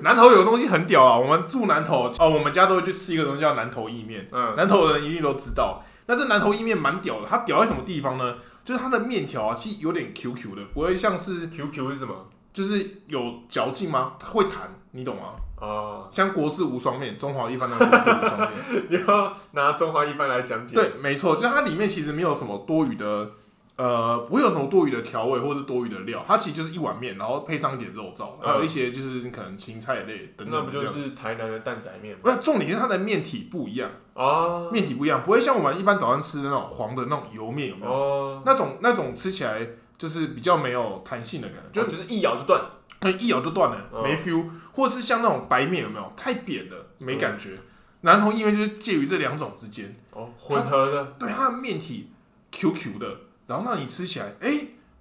S1: 南头有个东西很屌啊，我们住南头哦，我们家都会去吃一个东西叫南头意面，
S2: 嗯，
S1: 南头的人一定都知道。但是南头意面蛮屌的，它屌在什么地方呢？就是它的面条啊，其实有点 Q Q 的，不会像是
S2: QQ 是什么？
S1: 就是有嚼劲吗？它会弹，你懂吗？
S2: 哦，
S1: 像国式无双面，中华一番那种国式无双面。
S2: *laughs* 你要拿中华一番来 *laughs* 讲解。
S1: 对，没错，就是它里面其实没有什么多余的，呃，不会有什么多余的调味或是多余的料，它其实就是一碗面，然后配上一点肉燥，
S2: 嗯
S1: 还有一些就是可能芹菜类等等。
S2: 那不就是台南的蛋仔面吗？
S1: 那重点是它的面体不一样，
S2: 哦
S1: 嗯面体不一样，不会像我们一般早上吃的那种黄的那种油面，有没有？
S2: 哦，
S1: 那种那种吃起来就是比较没有弹性的感觉，
S2: 啊就只是一咬就断。
S1: 就一咬就断了，
S2: 嗯
S1: 没 feel。或者是像那种白面，有没有？太扁了，
S2: 嗯
S1: 没感觉。南投意面就是介于这两种之间。
S2: 哦，混合的，
S1: 对，它的面体 QQ 的，然后让你吃起来，哎、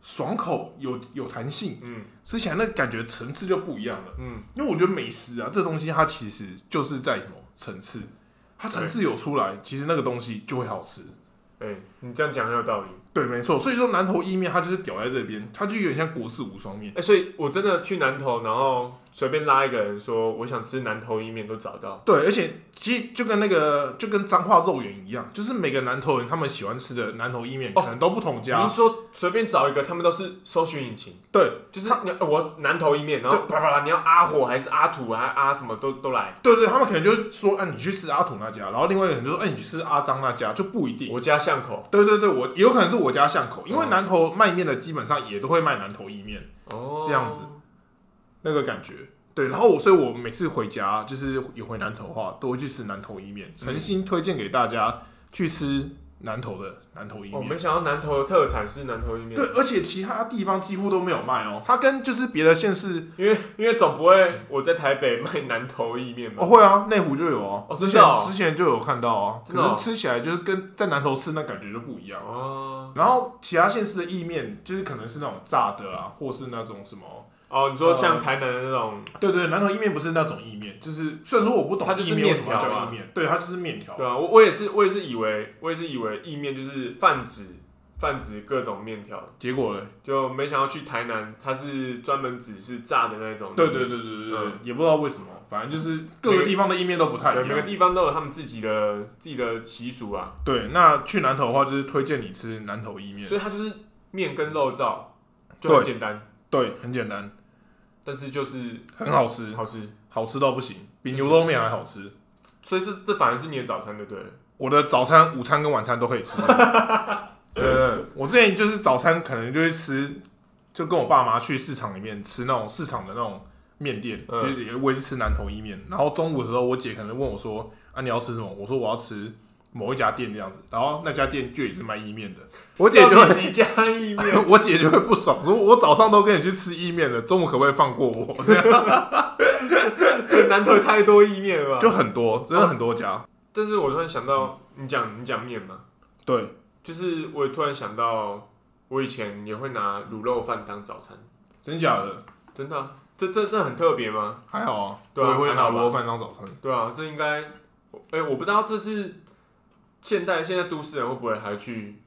S1: 爽口，有有弹性，
S2: 嗯
S1: 吃起来那感觉层次就不一样了。
S2: 嗯，
S1: 因为我觉得美食啊，这东西它其实就是在什么层次，它层次有出来，其实那个东西就会好吃。
S2: 哎、你这样讲很有道理。
S1: 对，没错。所以说南投意面它就是屌在这边，它就有点像国式无双面。
S2: 哎、所以我真的去南投，然后随便拉一个人说我想吃南投意面，都找到。
S1: 对，而且其实就跟那个就跟彰化肉圆一样，就是每个南投人他们喜欢吃的南投意面
S2: 哦
S1: 可能都不同家。
S2: 您说随便找一个，他们都是搜寻引擎，
S1: 对
S2: 就是你呃我南投意面，然后啪啪啪，你要阿火还是阿土还是阿什么都都来。
S1: 对对，他们可能就是说，哎、你去吃阿土那家，然后另外一个人就说，哎、你去吃阿张那家，就不一定。
S2: 我家巷口
S1: 对对对，我也有可能是我家巷口，因为
S2: 嗯
S1: 南头卖面的基本上也都会卖南头意面
S2: 哦，
S1: 这样子那个感觉。对，然后我所以，我每次回家就是有回南头的话，都会去吃南头意面，诚心推荐给大家去吃南头的南头意
S2: 我、哦、
S1: 面。
S2: 没想到南投的特产是南投意面
S1: 对，，而且其他地方几乎都没有卖哦。它跟就是别的县市，
S2: 因为因为总不会我在台北卖南投意面吧？
S1: 哦，会啊，内湖就有哦。
S2: 哦
S1: 之
S2: 真
S1: 前
S2: 的哦
S1: 之前就有看到啊，
S2: 真的哦
S1: 可是吃起来就是跟在南头吃那感觉就不一样哦。
S2: 哦
S1: 然后其他县市的意面就是可能是那种炸的啊，或是那种什么，
S2: 哦，你说像台南的那种，
S1: 对对，南投意面不是那种意面，就是虽然说我不懂
S2: 它就是
S1: 意面为什么要
S2: 面条
S1: 叫
S2: 啊
S1: 意面，对，它就是面条，
S2: 对啊，我我也是我也是以为我也是以为意面就是泛指泛指各种面条，
S1: 结果嘞，
S2: 就没想到去台南，它是专门只是炸的那种。
S1: 对对对对对对
S2: 嗯，
S1: 也不知道为什么，反正就是各
S2: 每
S1: 个
S2: 个
S1: 地方的意面都不太
S2: 对，
S1: 一
S2: 每个
S1: 样。
S2: 地方都有他们自己的自己的习俗啊，
S1: 对，那去南投的话，就是推荐你吃南投意面，
S2: 所以它就是面跟肉燥就很
S1: 对
S2: 简单，
S1: 对，很简单，
S2: 但是就是
S1: 很好吃，
S2: 好吃。
S1: 好吃到不行，比牛肉面还好吃。
S2: 所以这这反而是你的早餐就对了。
S1: 我的早餐、午餐跟晚餐都可以吃。 *laughs* 呃，我之前就是早餐可能就会吃，就跟我爸妈去市场里面吃那种市场的那种面店，
S2: 嗯
S1: 就是也我也是吃南头意面。然后中午的时候，我姐可能问我说：“啊，你要吃什么？”我说：“我要吃某一家店这样子。”然后那家店就也是卖意面的，我姐就
S2: 到
S1: 会
S2: 底。几家意
S1: *laughs*
S2: 面，
S1: 我姐就会不爽，说我早上都跟你去吃意面了，中午可不可以放过我？这样
S2: 南投太多意面了吧？
S1: 就很多，真的很多家。
S2: 但是我突然想到，你讲你讲面嘛，
S1: 对，
S2: 就是我突然想到，我以前也会拿卤肉饭当早餐，
S1: 真假的
S2: 真的啊、这这这很特别吗？
S1: 还好啊。
S2: 对啊
S1: 我也会
S2: 还
S1: 拿
S2: 好吧
S1: 卤肉饭当早餐。
S2: 对啊，这应该，哎、我不知道这是现代现在都市人会不会还去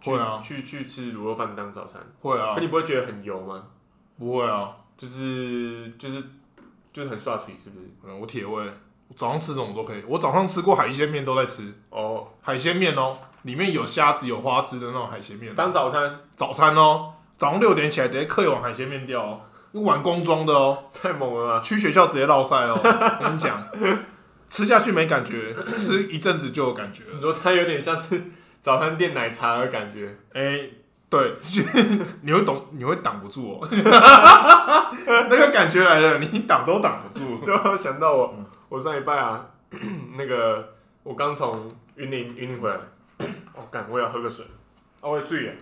S2: 去
S1: 会啊
S2: 去去吃卤肉饭当早餐？
S1: 会啊
S2: 可，你不会觉得很油吗？
S1: 不会啊。
S2: 就是就是就是很刷嘴，是不是？
S1: 嗯，我铁胃，我早上吃什么都可以。我早上吃过海鲜面，都在吃
S2: 哦，
S1: 海鲜面哦，里面有虾子、有花枝的那种海鲜面。啊
S2: 当早餐
S1: 早餐哦，早上六点起来直接嗑一碗海鲜面掉哦，一碗工装的哦，
S2: 太猛了吧！
S1: 去学校直接落晒哦。 *laughs* 我跟你讲，吃下去没感觉，吃一阵子就有感觉了。
S2: 你说它有点像是早餐店奶茶的感觉，
S1: 哎、对， *laughs* 你会懂，你会挡不住哦， *laughs* 那个感觉来了，你挡都挡不住。
S2: *laughs* 就想到我，
S1: 嗯
S2: 我上礼拜啊， *clears throat* 那个我刚从云林云林回来，哦，干，我也要喝个水，啊，我也醉了，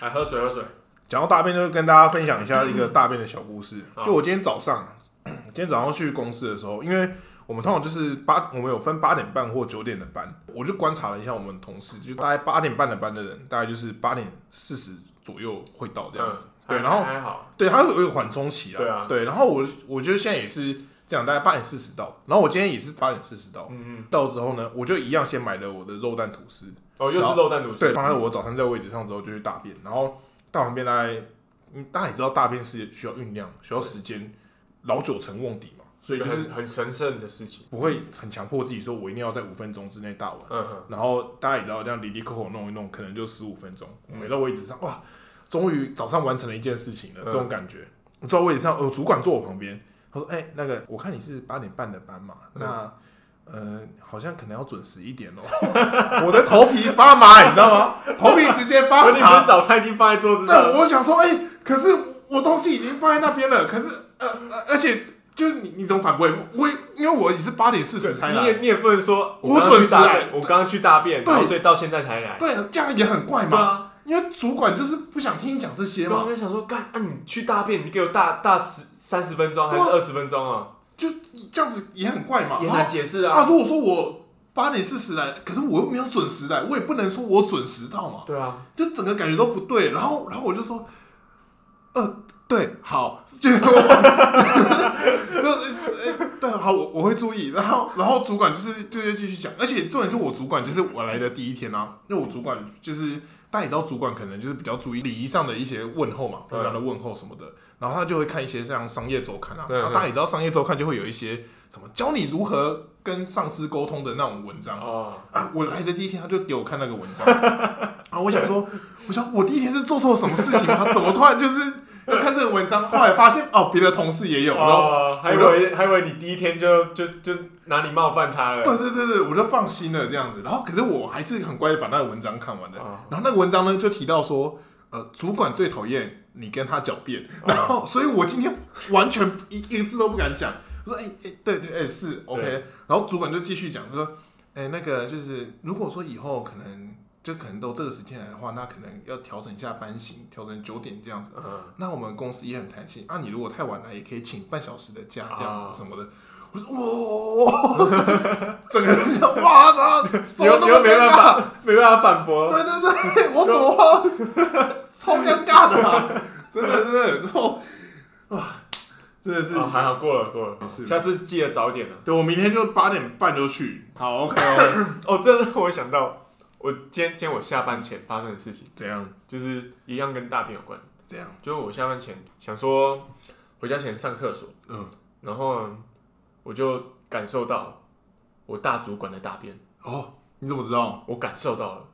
S2: 来喝水喝水，
S1: 讲到大便，就跟大家分享一下一个大便的小故事。
S2: 嗯好
S1: *clears throat* 就我今天早上，今天早上去公司的时候，因为我们通常就是八，我们有分八点半或九点的班。我就观察了一下我们同事，就大概八点半的班的人，大概就是八点四十左右会到这样子。对，
S2: 还
S1: 然后
S2: 还好，
S1: 对，它有一个缓冲期啊。
S2: 哎对啊
S1: 对，然后我我觉得现在也是这样，大概八点四十到，然后我今天也是八点四十到，
S2: 嗯嗯，
S1: 到之后呢，我就一样先买了我的肉蛋吐司，
S2: 哦，又是肉蛋吐司，
S1: 对，放在我早餐在位置上之后就去大便，然后大完便大概，嗯大家也知道大便是需要酝酿，需要时间，老九成瓮底嘛，所以就
S2: 很
S1: 是
S2: 很神圣的事情，
S1: 不会很强迫自己说我一定要在五分钟之内大完。
S2: 嗯哼，
S1: 然后大家也知道，这样离离口口弄一弄，可能就十五分钟，
S2: 嗯
S1: 回到位置上，哇，终于早上完成了一件事情了，
S2: 嗯
S1: 这种感觉。我坐到位置上，呃，主管坐我旁边，他说：“哎、那个，我看你是八点半的班嘛，
S2: 嗯
S1: 那呃，好像可能要准时一点哦。” *laughs* 我的头皮发麻，你知道吗？头皮直接发
S2: 而且你不是
S1: 麻。
S2: 早餐已经放在桌子上
S1: 啊对，
S2: 了，
S1: 我想说，哎、可是我东西已经放在那边了，可是呃，呃而且就是你你怎么反驳？我也因为我也是八点四十才来，
S2: 你也你也不能说，
S1: 我
S2: 刚刚
S1: 准
S2: 去
S1: 时
S2: 大
S1: 来
S2: 便，我刚刚去大便，
S1: 对
S2: 然后所以到现在才来，
S1: 对，这样也很怪嘛。
S2: 对啊。
S1: 因为主管就是不想听你讲这些
S2: 对啊，我
S1: 嘛，
S2: 就想说，干，啊，你去大便，你给我大大十三十分钟还是
S1: 对
S2: 二十分钟啊？
S1: 就这样子也很怪嘛。
S2: 也
S1: 然
S2: 难
S1: 后
S2: 解释啊。
S1: 啊，如果说我八点四十来，可是我又没有准时来，我也不能说我准时到嘛，
S2: 对啊，
S1: 就整个感觉都不对。然后，然后我就说，呃，对，好，就就是呃对，好，我我会注意。然后，然后主管就是就是继续讲，而且重点是我主管就是我来的第一天啊，因为我主管就是。大家也知道，主管可能就是比较注意礼仪上的一些问候嘛，
S2: 嗯
S1: 平常的问候什么的，然后他就会看一些像商业周刊啊，
S2: 对
S1: 然后
S2: 对
S1: 大家也知道商业周刊就会有一些什么教你如何跟上司沟通的那种文章，
S2: 哦，
S1: 啊，我来的第一天他就给我看那个文章，啊，我想说，我想我第一天是做错什么事情吗？怎么突然就是要看这个文章？后来发现哦，别的同事也有，然后
S2: 哦，还以为还以为你第一天就就就哪里冒犯他了。
S1: 对对对对，我就放心了这样子。然后可是我还是很乖的把那个文章看完的。
S2: 啊，
S1: 然后那个文章呢就提到说，呃，主管最讨厌你跟他狡辩，
S2: 哦
S1: 然后所以我今天完全一一个字都不敢讲。我说，哎、哎、对对，哎、是 OK。然后主管就继续讲，他说，哎、那个就是如果说以后可能就可能都这个时间来的话，那可能要调整一下班型，调整九点这样子。
S2: 嗯，
S1: 那我们公司也很弹性啊，你如果太晚来，也可以请半小时的假这样
S2: 啊
S1: 子什么的。我说哇， *laughs* 整个人就哇操，怎
S2: *laughs* 你
S1: 么
S2: 又
S1: 那
S2: 你又
S1: 么
S2: 没
S1: 尴
S2: 办
S1: 尬？
S2: 法，没办法反驳。
S1: 对对对，我什么话都超尴尬的、啊，真的真的，然后啊，真的是，
S2: 哦，还好过了过了，
S1: 是
S2: 下次记得早一点啊。
S1: 啊对我明天就八点半就去， *laughs* 好 OK 哦，
S2: 哦，真的， *laughs* 我想到我今天今天我下班前发生的事情，
S1: 怎样
S2: 就是一样跟大便有关。
S1: 怎样，
S2: 就是我下班前想说回家前上厕所，
S1: 嗯，
S2: 然后呢我就感受到我大主管的大便，
S1: 哦，你怎么知道？
S2: 我感受到了，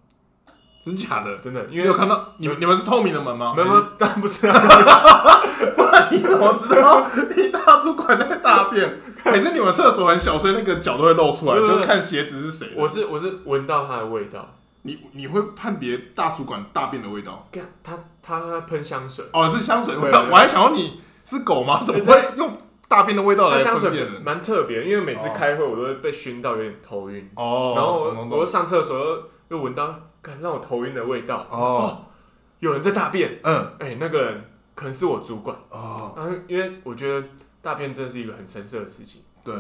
S1: 真假的？
S2: 真的，因
S1: 你
S2: 为
S1: 有看到你们你们是透明的门吗？
S2: 没
S1: *laughs*
S2: 有没有，当然不是、啊，
S1: 还是，你怎么知道你大主管在大便？ *laughs* 还是你们厕所很小，所以那个脚都会露出来，
S2: 不是不
S1: 就是看鞋子是谁的。
S2: 我是我是闻到它的味道，
S1: 你你会判别大主管大便的味道？
S2: 干它它它喷香水，
S1: 哦，是香水味。
S2: 对对对
S1: 我还想说你是狗吗？怎么会用大便的味道
S2: 它
S1: 来
S2: 香
S1: 分辨人
S2: 水？蛮特别，因为每次
S1: 哦
S2: 开会我都会被熏到有点头晕，
S1: 哦，
S2: 然后我
S1: 懂懂
S2: 我
S1: 懂
S2: 又上厕所又又闻到，干让我头晕的味道，
S1: 哦，
S2: 有人在大便，
S1: 嗯，
S2: 哎、那个人可能是我主管，
S1: 哦，
S2: 然后因为我觉得大便真的是一个很神圣的事情。
S1: 对，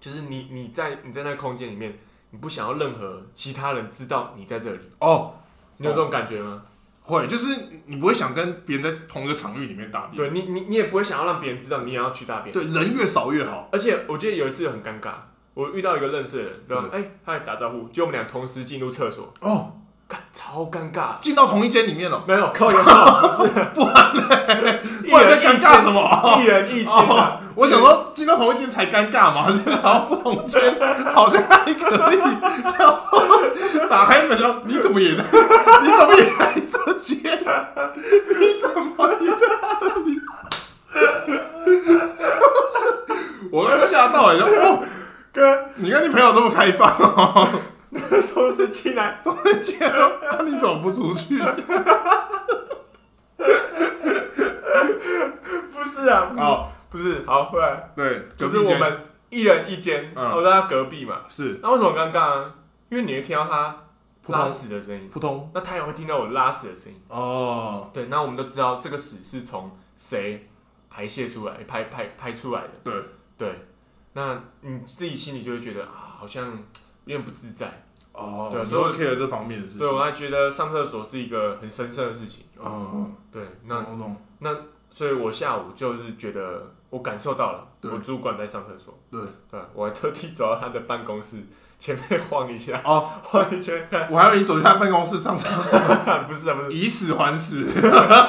S2: 就是你你在你在那个空间里面，你不想要任何其他人知道你在这里，
S1: 哦，
S2: 你有这种感觉吗？
S1: 会，就是你不会想跟别人在同一个场域里面大便，
S2: 对你你你也不会想要让别人知道你也要去大便。
S1: 对，人越少越好，
S2: 而且我记得有一次很尴尬，我遇到一个认识的人，然后哎、他来打招呼，就我们俩同时进入厕所，
S1: 哦，
S2: 干超尴尬。
S1: 进到同一间里面了，
S2: 没有，靠有不是，
S1: 不
S2: *laughs* 不
S1: 然
S2: 然
S1: 在尴尬什么？
S2: 一人一间啊，
S1: 哦，我想说进到同一间才尴尬嘛，然后不同间
S2: *laughs*
S1: 好像还可以，然后打开门说你怎么也在， *laughs* 你怎么也来这间？你怎么也在这里？ *laughs* 我刚吓到了，就哦，
S2: 跟
S1: 你跟你朋友这么开放哦，
S2: 同时进来，
S1: 我就觉得那你怎么不出去？
S2: 不是啊，不是，
S1: 哦，
S2: 不是，啊好，回来，
S1: 对，
S2: 就是我们一人一间，
S1: 嗯
S2: 我在他隔壁嘛，
S1: 是
S2: 那为什么尴尬啊？因为你会听到他
S1: 扑通
S2: 拉屎的声音，
S1: 扑通
S2: 那他也会听到我拉屎的声音。
S1: 哦，
S2: 对，那我们都知道这个屎是从谁排泄出来、排排排出来的。
S1: 对，
S2: 对，那你自己心里就会觉得啊，好像有点不自在。
S1: 哦，
S2: 对
S1: 你
S2: 所以
S1: 会
S2: 我
S1: care 这方面的事
S2: 对，我
S1: 情。
S2: 还觉得上厕所是一个很神圣的事情。
S1: 嗯，
S2: 对，那
S1: 懂懂，
S2: 所以我下午就是觉得我感受到了，
S1: 对
S2: 我主管在上厕所，
S1: 对
S2: 对，我还特地走到他的办公室前面晃一下，
S1: 哦，
S2: 晃一圈看，
S1: 我还以为你走去他办公室上厕所， *laughs*
S2: 不是啊，不是，
S1: 以死还死。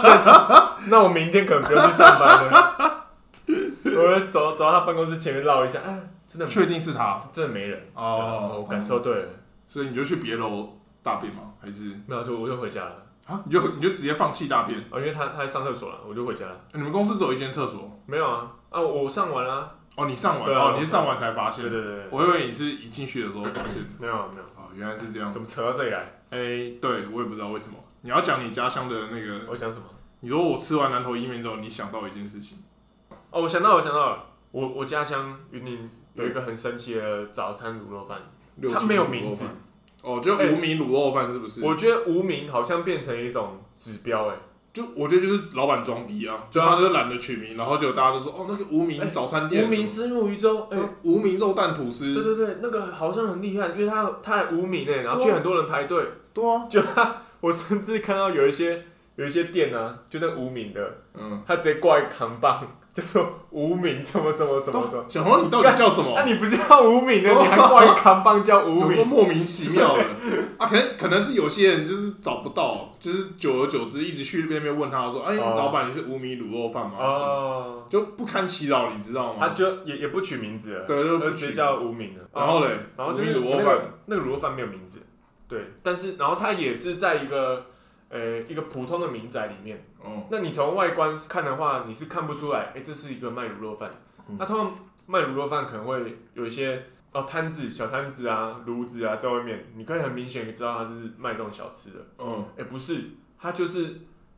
S2: *laughs* 那我明天可能不用去上班了。
S1: *laughs*
S2: 我就走走到他办公室前面绕一下，啊，真的
S1: 确定是他
S2: 真的没人，
S1: 哦，
S2: 啊我感受对了，
S1: 所以你就去别楼大便吗？还是
S2: 没有就我就回家了，
S1: 啊？你就你就直接放弃大便？欸
S2: 哦，因为他他在上厕所了，我就回家了，
S1: 你们公司只有一间厕所？
S2: 没有啊，啊，我上完了，
S1: 哦，你上完
S2: 对啊
S1: 哦，你是上完才发现
S2: 对。对对，对
S1: 我以为你是一进去的时候发现。
S2: 没有啊没有，
S1: 哦，原来是这样子。
S2: 怎么扯到这里来？
S1: 哎、对我也不知道为什么。你要讲你家乡的那个，
S2: 我讲什么？
S1: 你说我吃完南投意面之后，你想到一件事情，
S2: 哦，我想到了，我想到了，我我家乡云林有一个很神奇的早餐卤肉饭，
S1: 六
S2: 它
S1: 七
S2: 没有
S1: 卤肉
S2: 名字
S1: 饭。哦，就
S2: 哎
S1: 无名卤肉饭是不是？
S2: 我觉得无名好像变成一种指标、哎，
S1: 就我觉得就是老板装逼啊，就
S2: 对啊
S1: 他就懒得取名，然后就大家都说哦那个无
S2: 哎
S1: 名早餐店，
S2: 无名丝木鱼粥，哎、
S1: 呃无名肉蛋吐司，
S2: 对对对，那个好像很厉害，因为它它还无名哎、然后
S1: 对啊
S2: 去很多人排队，
S1: 对啊，
S2: 就它，我甚至看到有一些有一些店呢、啊，就那无名的，
S1: 嗯，
S2: 他直接挂一扛棒， *laughs* 就说无名什么什么什么什么，
S1: 小黄啊你到底叫什么
S2: 那、？
S1: *laughs*
S2: 你不叫无名的，你还挂一扛棒叫无
S1: 有
S2: 名
S1: 个，莫名其妙的 *laughs* 啊，可能可能是有些人就是找不到，就是久而久之一直去那边问他说，哎，
S2: 哦
S1: 老板你是无名卤肉饭吗？
S2: 哦，
S1: 就不堪其扰，你知道
S2: 他
S1: 吗？
S2: 就也也不取名字了。
S1: 对，就
S2: 呃，
S1: 不
S2: 直接
S1: 取。
S2: 叫无名了。
S1: 然后嘞，
S2: 然后
S1: 无
S2: 就
S1: 名
S2: 是
S1: 卤
S2: 那
S1: 肉饭，
S2: 个那个卤肉饭没有名字，对，但是然后它也是在一个呃一个普通的民宅里面。
S1: 哦，
S2: 那你从外观看的话，你是看不出来，哎，这是一个卖卤肉饭。
S1: 嗯
S2: 那他们卖卤肉饭可能会有一些哦摊子、小摊子啊、炉子啊在外面，你可以很明显地知道他是卖这种小吃的。
S1: 嗯，
S2: 哎，不是，他就是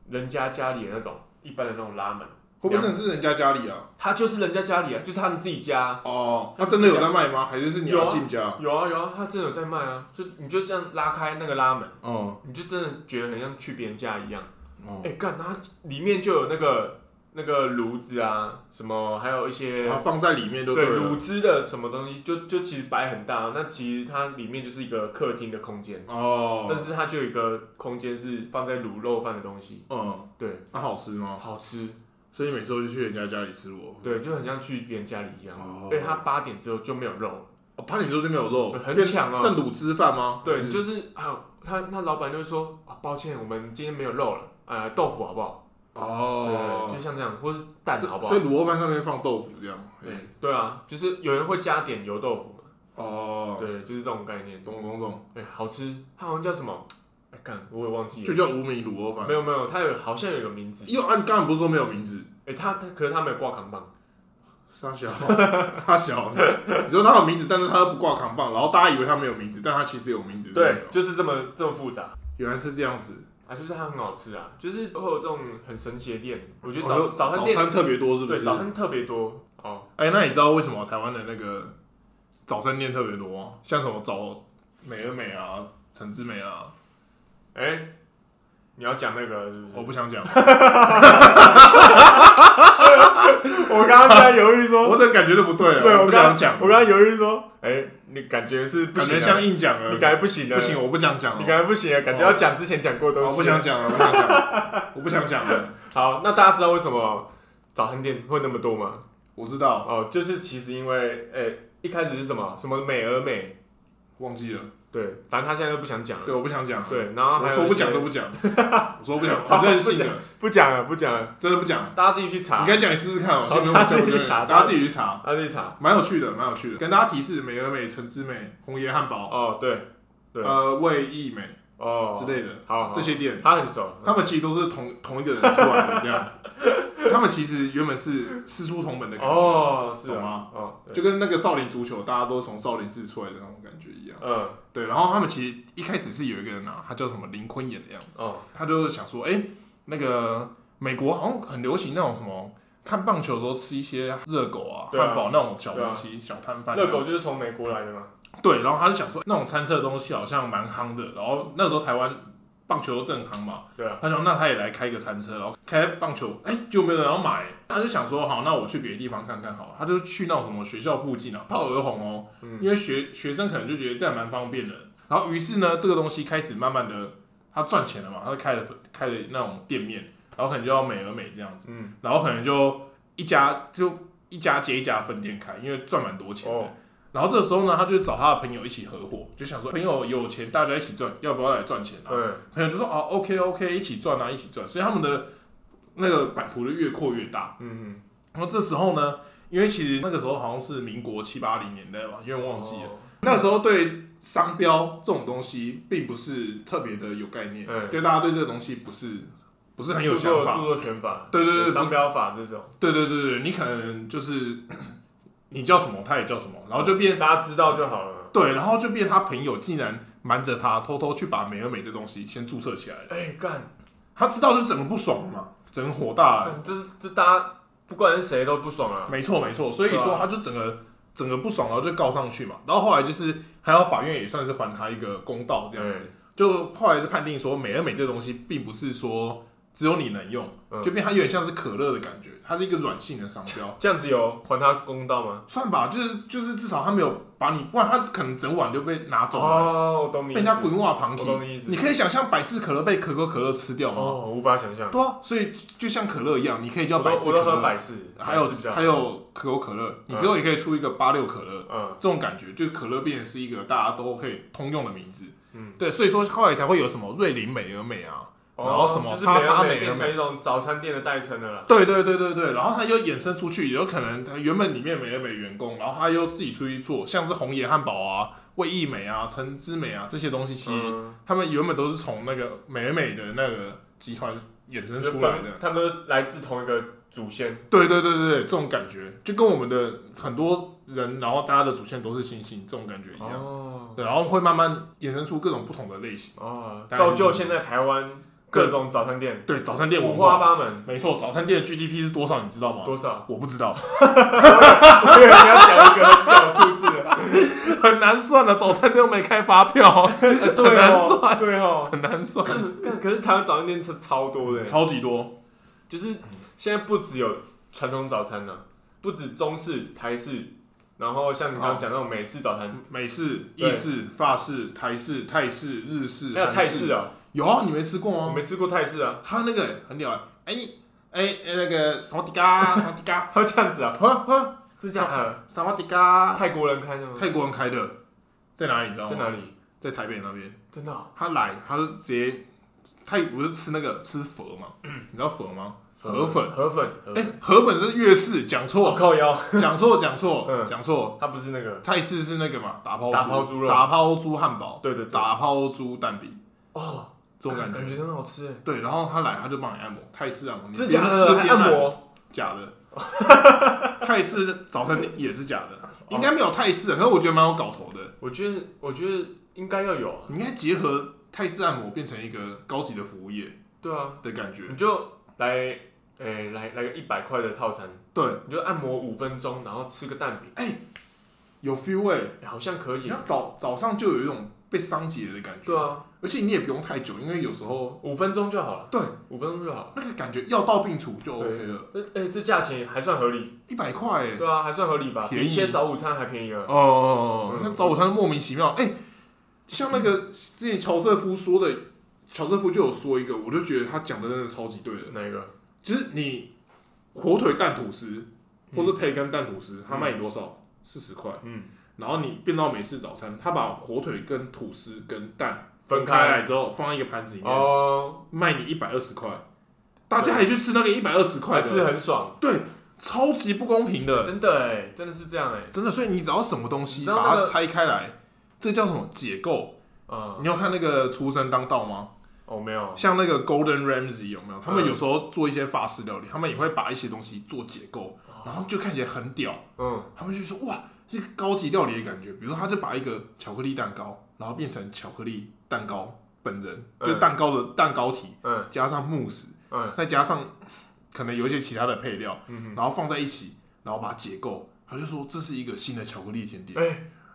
S2: 人家家里的那种一般的那种拉门，
S1: 会不会真的是人家家里啊？
S2: 他就是人家家里啊，就是他们自己家啊、
S1: 哦，那真的有在卖吗？还是是你
S2: 有
S1: 要
S2: 啊
S1: 进家？
S2: 有啊有啊，他真的有在卖啊，就你就这样拉开那个拉门，
S1: 哦
S2: 你就真的觉得很像去别人家一样。
S1: 哦
S2: 哎、，干，它里面就有那个那个炉子啊，什么还有一些、
S1: 然后啊放在里面就
S2: 对
S1: 了
S2: 卤。汁的什么东西，就就其实摆很大，那其实它里面就是一个客厅的空间，但
S1: 哦，
S2: 是它就有一个空间是放在卤肉饭的东西，
S1: 嗯，
S2: 对，
S1: 那好吃吗？
S2: 好吃，
S1: 所以每次都去人家家里吃我。
S2: 对，就很像去别人家里一样。
S1: 哦
S2: 因为它八点之后就没有肉了，
S1: 哦，八点之后就没有肉，
S2: 很强啊
S1: 剩卤汁饭吗？还
S2: 对，
S1: 是
S2: 就是还有他他老板就会说啊，抱歉，我们今天没有肉了，呃，豆腐好不好？对，
S1: 哦
S2: 就，像这样，或是蛋好不好
S1: 所以？卤肉饭上面放豆腐这样。
S2: 对
S1: 对，
S2: 对啊，就是有人会加点油豆腐嘛，
S1: 哦，
S2: 对，就是这种概念。
S1: 懂懂懂，
S2: 哎，好吃，它好像叫什么？哎，看我也忘记
S1: 就
S2: 了。
S1: 叫无名卤肉饭
S2: 没。有没有，它有好像有个名字。
S1: 又按刚刚不是说没有名字？
S2: 哎，它它可是它没有挂扛棒。
S1: 沙小， *laughs* 沙小，你说他有名字，但是他又不挂扛棒，然后大家以为他没有名字，但他其实有名字。
S2: 对
S1: 这种，
S2: 就是这么这么复杂
S1: 原来是这样子。
S2: 啊，就是它很好吃啊，就是会有这种很神奇的店。我觉得
S1: 哦
S2: 早早餐店
S1: 早餐特别多，是不
S2: 对
S1: 是？
S2: 早餐特别多哦，
S1: 哎、那你知道为什么台湾的那个早餐店特别多吗？像什么早美而美啊、橙之美啊，
S2: 哎。你要讲那个是不
S1: 我
S2: 是？
S1: 不想
S2: *laughs*
S1: 讲，
S2: 我刚刚在犹豫说，
S1: 我这感觉就不对了，
S2: 对
S1: 我
S2: 我
S1: 不
S2: 刚
S1: 想讲，
S2: 我刚刚犹豫说，哎、你感觉是不
S1: 感
S2: 行
S1: 觉
S2: 了，
S1: 像硬讲了，
S2: 你感觉不行了，啊哦
S1: 不行，我不想讲
S2: 你
S1: 了，
S2: 感觉不行啊了，感觉要讲之前讲过的东
S1: 我
S2: 西。
S1: 不想讲了，我不想讲
S2: *laughs*
S1: 了，我不想讲了，
S2: 好，那大家知道为什么早餐店会那么多吗？
S1: 我知道，
S2: 哦，就是其实因为，哎、一开始是什么什么美而美，
S1: 忘记了，
S2: 对，反正他现在都不想讲了。
S1: 对，我不想讲了，，
S2: 对，然后
S1: 我
S2: 还有
S1: 说不
S2: 一些
S1: 讲都不
S2: *laughs*
S1: 讲，我说不讲，
S2: 好
S1: 我任性
S2: 不 *laughs*
S1: 的，
S2: 不讲了，不讲了，
S1: 真的不讲，
S2: 大家自己去查
S1: 你，该讲你试试看哦，
S2: 好
S1: 先不用
S2: 大家自己
S1: 讲
S2: 去查
S1: 大家自己去查，
S2: 大家自己查。
S1: 蛮有趣的，蛮有趣的，跟大家提示，美而美、橙之美、红爷汉堡，
S2: 哦，对，对，
S1: 呃，味意美。
S2: 哦
S1: 之类的，
S2: 好好
S1: 这些店，
S2: 他很熟，嗯
S1: 他们其实都是同同一个人出来的这样 *laughs* 子，他们其实原本是师出同门的感觉，
S2: 哦，是
S1: 懂
S2: 啊
S1: 吗，
S2: 哦，对
S1: 就跟那个少林足球，大家都从少林寺出来的那种感觉一样。
S2: 嗯，
S1: 对，然后他们其实一开始是有一个人啊，他叫什么林坤演的样子，
S2: 哦，
S1: 他就是想说，哎、那个美国好像很流行那种什么。看棒球的时候吃一些热狗啊、
S2: 对啊
S1: 汉堡那种小东西、小摊贩啊。
S2: 热狗就是从美国来的嘛。
S1: 对，然后他就想说那种餐车的东西好像蛮夯的，然后那时候台湾棒球正行嘛，
S2: 对啊，
S1: 他想那他也来开一个餐车，然后开棒球，哎、就没有人要买，他就想说好，那我去别的地方看看好了，他就去那种什么学校附近啊，泡鹅红哦，
S2: 嗯
S1: 因为学学生可能就觉得这样蛮方便的，然后于是呢，这个东西开始慢慢的他赚钱了嘛，他就开了开了那种店面，然后可能就要美而美这样子。
S2: 嗯，
S1: 然后可能就一家就一家接一家分店开，因为赚蛮多钱的。
S2: 哦
S1: 然后这时候呢，他就找他的朋友一起合伙，就想说朋友有钱，大家一起赚，要不要来赚钱啊？
S2: 对，
S1: 朋友就说哦，OK OK，一起赚啊，一起赚。所以他们的那个版图就越扩越大。
S2: 嗯，
S1: 然后这时候呢，因为其实那个时候好像是民国七八零年代吧，因为
S2: 嗯
S1: 忘记了。，那时候对商标这种东西并不是特别的有概念，
S2: 嗯
S1: 就大家对这个东西不是不是很有
S2: 著
S1: 想
S2: 作
S1: 法
S2: 著。作权法，
S1: 对对对，不是
S2: 商标法这种，
S1: 对对对对，你可能就是 *coughs* 你叫什么，他也叫什么，然后就变
S2: 大家知道就好了。
S1: 对，然后就变他朋友竟然瞒着他，偷偷去把美而美这东西先注册起来了。
S2: 哎，干
S1: 他知道就整个不爽了嘛，整个火大了。
S2: 干，这是这大家不管是谁都不爽啊。
S1: 没错没错，所以
S2: 对
S1: 说
S2: 啊
S1: 他就整个整个不爽，然后就告上去嘛。然后后来就是还有法院也算是还他一个公道这样子，就后来就判定说美而美这东西并不是说只有你能用，
S2: 嗯
S1: 就变它有点像是可乐的感觉，它是一个软性的商
S2: *laughs*
S1: 标。
S2: 这样子有还他公道吗？
S1: 算吧，就是就是至少他没有把你，不然他可能整晚就被拿走了，
S2: 哦，我懂你
S1: 被
S2: 意思
S1: 人家滚瓦旁
S2: 我
S1: 体。
S2: 懂你意思
S1: 你可以想象百事可乐被可口可乐吃掉吗？
S2: 哦，我无法想象。
S1: 对啊，所以就就像可乐一样，你可以叫
S2: 我
S1: 百
S2: 都
S1: 事
S2: 我
S1: 可
S2: 都喝
S1: 乐，
S2: 百事，
S1: 还有
S2: 百事这样
S1: 还，有可口可乐，你之后也可以出一个八六可乐，
S2: 嗯，
S1: 这种感觉就是可乐变成是一个大家都可以通用的名字。
S2: 嗯，
S1: 对，所以说后来才会有什么瑞林美而美啊，然后什么
S2: 就是
S1: 叉
S2: 美
S1: 叉
S2: 而
S1: 美
S2: 美
S1: 而
S2: 变成一种早餐店的代称了啦。
S1: 对对对对对，然后他又衍生出去，有可能他原本里面美而美员工，然后他又自己出去做，像是红野汉堡啊、味意美啊、橙之美啊这些东西，其实
S2: 嗯，
S1: 他们原本都是从那个美而美的那个集团衍生
S2: 就
S1: 出来的
S2: 分。他们都来自同一个祖先。
S1: 对对对对对，这种感觉就跟我们的很多人，然后大家的主线都是星星这种感觉一样。
S2: 哦
S1: 对，然后会慢慢衍生出各种不同的类型。
S2: 哦，
S1: 当然
S2: 造就现在台湾各种早餐店
S1: 对，早餐店文
S2: 五
S1: 化
S2: 花，八门，
S1: 没错，早餐店的 GDP 是多少，你知道吗？*laughs*
S2: 多少？
S1: 我不知道，
S2: 我以为你要讲一个 *laughs* 很屌的数字了，
S1: 很难算的，早餐店又没开发票， *laughs* 很
S2: 对
S1: 难
S2: 哦，
S1: 算，
S2: 对哦。
S1: 很难算。
S2: 但可是台湾早餐店是超多的欸，
S1: 超级多，
S2: 就是现在不只有传统早餐呢，不止中式、台式，然后像你刚刚讲那种美式早餐，
S1: 美式、
S2: 对
S1: 意式、法式、台式、泰式、日式，
S2: 还有泰
S1: 韩
S2: 式啊，
S1: 有啊，你没吃过
S2: 我
S1: 吗？
S2: 没吃过泰式啊， *laughs*
S1: 他那个很屌啊，哎哎哎，那个萨瓦迪嘎，萨瓦迪嘎，
S2: 还有这样子啊，
S1: 呵呵，
S2: 是这样啊，
S1: 萨瓦迪 *laughs* 嘎，
S2: 泰国人开的吗？
S1: 泰国人开的，在哪里？你知道
S2: 在
S1: 吗？
S2: 哪里？
S1: 在台北那边。
S2: 真的哦
S1: 他来，他就直接，他不是吃那个吃佛嘛？
S2: 嗯
S1: 你知道佛吗？河粉，
S2: 河粉，河
S1: 哎、
S2: 粉，
S1: 河粉是粤式，讲
S2: 我 *laughs*
S1: 错，
S2: 靠腰，
S1: 讲错，讲错，
S2: 嗯
S1: 讲错。
S2: 它不是那个，
S1: 泰式是那个嘛，打抛
S2: 打抛猪肉
S1: 打抛猪汉堡，
S2: 对对对，
S1: 打抛猪蛋饼
S2: 哦，
S1: 这种感
S2: 感
S1: 觉。
S2: 觉真的好吃哎，
S1: 对，然后他来，他就帮你按摩，泰式按摩，你
S2: 真
S1: 边
S2: 假
S1: 吃
S2: 的？还
S1: 边
S2: 按，摩，
S1: 假
S2: *laughs*
S1: 的。泰式早餐店也是假的，
S2: 哦
S1: 应该没有泰式，可是我觉得蛮有搞头的。
S2: 我觉得，我觉得应该要有啊，
S1: 你应该结合泰式按摩变成一个高级的服务业
S2: 对啊，
S1: 的感觉
S2: 你。就来，哎，来来个一百块的套餐。
S1: 对，
S2: 你就按摩五分钟，然后吃个蛋饼，
S1: 有 feel 哎、
S2: 哎好像可
S1: 你
S2: 以。
S1: 看早早上就有一种被伤及了的感觉，
S2: 对，啊，
S1: 而且你也不用太久，因为有时候
S2: 五分钟就好了。
S1: 对
S2: 五分钟就好。
S1: 那个感觉药到病除就 OK 了，
S2: 这哎、这价钱还算合理，
S1: 一百块哎，
S2: 对啊，还算合理吧？
S1: 便宜
S2: 比一些早午餐还便宜了。
S1: 哦哦哦，
S2: 嗯
S1: 那早午餐莫名其妙，哎、像那个之前乔瑟夫说的，乔瑟夫就有说一个，我就觉得他讲的真的超级对的，
S2: 哪一个？
S1: 就是你火腿蛋吐司或者培根蛋吐司，他卖你多少？四十块，
S2: 嗯，
S1: 然后你变到美式早餐，他把火腿跟吐司跟蛋
S2: 分开
S1: 开来之后，放在一个盘子里面，
S2: 哦，
S1: 卖你一百二十块，大家还去吃那个一百二十块
S2: 还是
S1: 的，
S2: 很爽，
S1: 对，超级不公平的，
S2: 真的哎、真的是这样哎、
S1: 真的。所以你只要什么东西
S2: 你知道
S1: 把
S2: 那
S1: 它
S2: 个
S1: 拆开来，这叫什么解构？
S2: 嗯，
S1: 你有看那个《厨神当道》吗？
S2: 哦没有，
S1: 像那个 Golden Ramsy 有没有？他们
S2: 嗯
S1: 有时候做一些法式料理，他们也会把一些东西做解构，
S2: 哦
S1: 然后就看起来很屌，
S2: 嗯，
S1: 他们就说哇，是高级料理的感觉。比如说，他就把一个巧克力蛋糕，然后变成巧克力蛋糕本人，就
S2: 嗯
S1: 蛋糕的蛋糕体，
S2: 嗯
S1: 加上慕斯，
S2: 嗯
S1: 再加上可能有一些其他的配料，
S2: 嗯
S1: 然后放在一起，然后把它解构。他就说这是一个新的巧克力甜点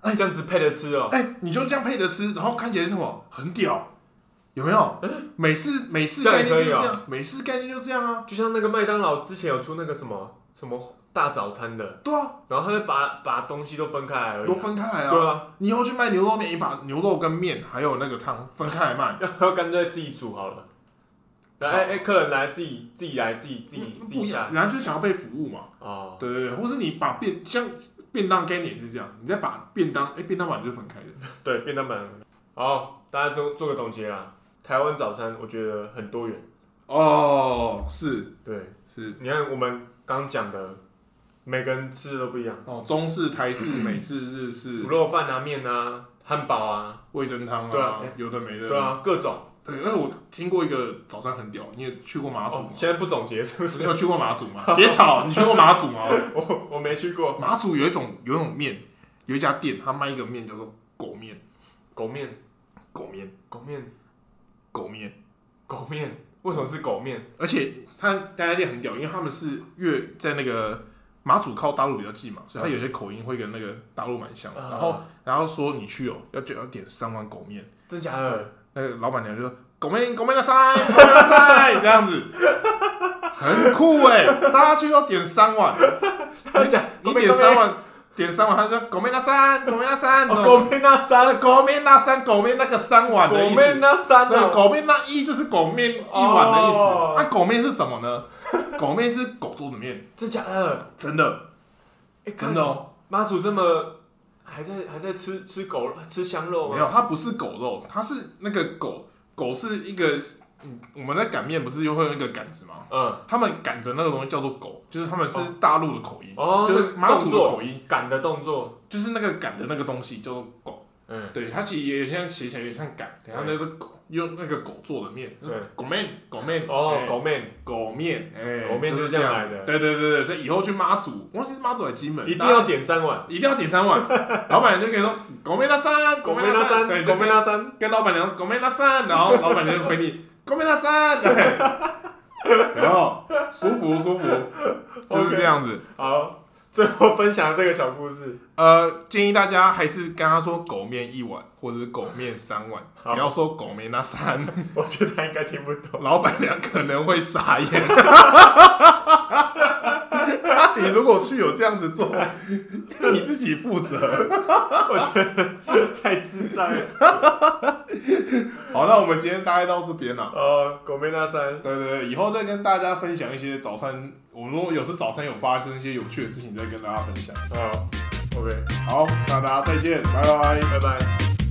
S2: 哎、，这样子配着吃哦、
S1: 哎、你就这样配着吃，然后看起来是什么很屌，有没
S2: *laughs*
S1: 有？美式美式
S2: 嗯这样
S1: 概
S2: 也
S1: 念就是
S2: 可以
S1: 这
S2: 啊
S1: 样，美式概念就是这样啊。
S2: 就像那个麦当劳之前有出那个什么什么大早餐的，
S1: 对啊，
S2: 然后他会把把东西都分开来而已
S1: 都
S2: 啊。
S1: 分开来
S2: 对
S1: 啊。
S2: 啊，
S1: 你以后去卖牛肉面，你把牛肉跟面还有那个汤分开来卖，
S2: 然后干脆自己煮好了。来，哎、哎，客人来自己自己来自己自己
S1: 不
S2: 自
S1: 不
S2: 己
S1: 一
S2: 下
S1: 样。人家就想要被服务嘛。
S2: 哦，
S1: 对对对，或是你把便像便当概念也是这样，你再把便当哎、便当碗就是分开的。
S2: 对，便当版。好，大家做做个总结啦。台湾早餐我觉得很多元，
S1: 哦，是
S2: 对，
S1: 是
S2: 你看我们刚讲的，每个人吃的都不一样，
S1: 哦，中式、台式、美式、日式
S2: 卤，肉饭啊、面啊、汉堡啊，
S1: 味噌汤
S2: 对
S1: 啊
S2: 啊哎，
S1: 有的没的。
S2: 对，啊，各种。
S1: 对，因为我听过一个早餐很屌，你也去过马祖
S2: 哦
S1: 吗，？
S2: 现在不总结是不
S1: 你
S2: 是？ *laughs*
S1: 有去过马祖吗？别吵，你去过马祖吗？ *laughs*
S2: 我我没去过
S1: 马祖有一种有一种面，有一家店，他卖一个面叫做狗面，
S2: 狗面，
S1: 狗面，
S2: 狗面，
S1: 狗面，
S2: 狗面，为什么是狗面？
S1: 而且他那家店很屌，因为他们是越在那个马祖靠大陆比较近嘛，所以他有些口音会跟那个大陆蛮像的。然后
S2: 啊
S1: 然后说你去哦，要点要点三碗狗面，
S2: 真假的？
S1: 那个老板娘就说狗面狗面的塞狗面的塞这样子，很酷哎、大家去要点三碗，
S2: 呃真假？
S1: 你点三碗。点三碗，他就说狗面那三，狗面那三，
S2: 哦，狗面那三，
S1: 狗面那三，狗面那个三碗的
S2: 狗
S1: 意思。
S2: 面那三
S1: 那
S2: 哦，
S1: 狗面那一就是狗面一碗的意思。
S2: 哦
S1: 那、狗面是什么呢？狗面是狗做的面，
S2: 真假的？
S1: 真的
S2: 哎，
S1: 真的
S2: 看，
S1: 哦，
S2: 妈祖这么还在还在吃吃狗肉吃香肉
S1: 没
S2: 吗？
S1: 有，它不是狗肉，它是那个狗狗是一个，嗯，我们在擀面不是又会有那个杆子吗？
S2: 嗯，
S1: 他们擀的那个东西叫做狗，就是他们是
S2: 哦
S1: 大陆的口音，
S2: 哦，
S1: 就
S2: 那
S1: 是
S2: 个
S1: 马祖
S2: 动
S1: 的口
S2: 作
S1: 音，
S2: 赶的动作，
S1: 就是那个擀的那个东西叫做狗。
S2: 嗯，
S1: 对，它其实也有些人写起来有点像擀，等下那个狗用那个狗做的面，
S2: 对，
S1: 狗面狗面
S2: 哦
S1: 哎，
S2: 狗面
S1: 狗面，哎、
S2: 狗
S1: 就
S2: 面就是是这样来
S1: 子
S2: 的
S1: 对对对对，所以以后去妈祖，忘记是妈祖还是金门，
S2: 一定
S1: 大家
S2: 要点三碗，
S1: 一定要点三碗。 *laughs* 老板娘就跟你说狗面那三，
S2: 狗
S1: 狗
S2: 面
S1: 面
S2: 那
S1: 那
S2: 三，
S1: 三，对，
S2: 狗
S1: 就
S2: 面
S1: 跟
S2: 那三，
S1: 跟老板娘说狗面那三，然后 *laughs* 老板娘就回你狗面那三，对， *laughs* 然后舒服舒服，就是这样子。
S2: 好，最后分享这个小故事， *laughs*
S1: 呃，建议大家还是跟他说狗面一碗，或者是狗面三碗，
S2: 好
S1: 不要说狗面那三，
S2: 我觉得他应该听不懂。 *laughs*
S1: 老板娘可能会傻眼。 *laughs* 你如果去有这样子做，你自己负责。
S2: 我觉得太智障了。
S1: 好，那我们今天大概到这边了。
S2: 呃，狗妹那三，
S1: 对对对，以后再跟大家分享一些早餐，我如果有时早餐有发生一些有趣的事情，再跟大家分享。
S2: 好，OK，
S1: 好，那大家再见，拜拜。
S2: 拜拜。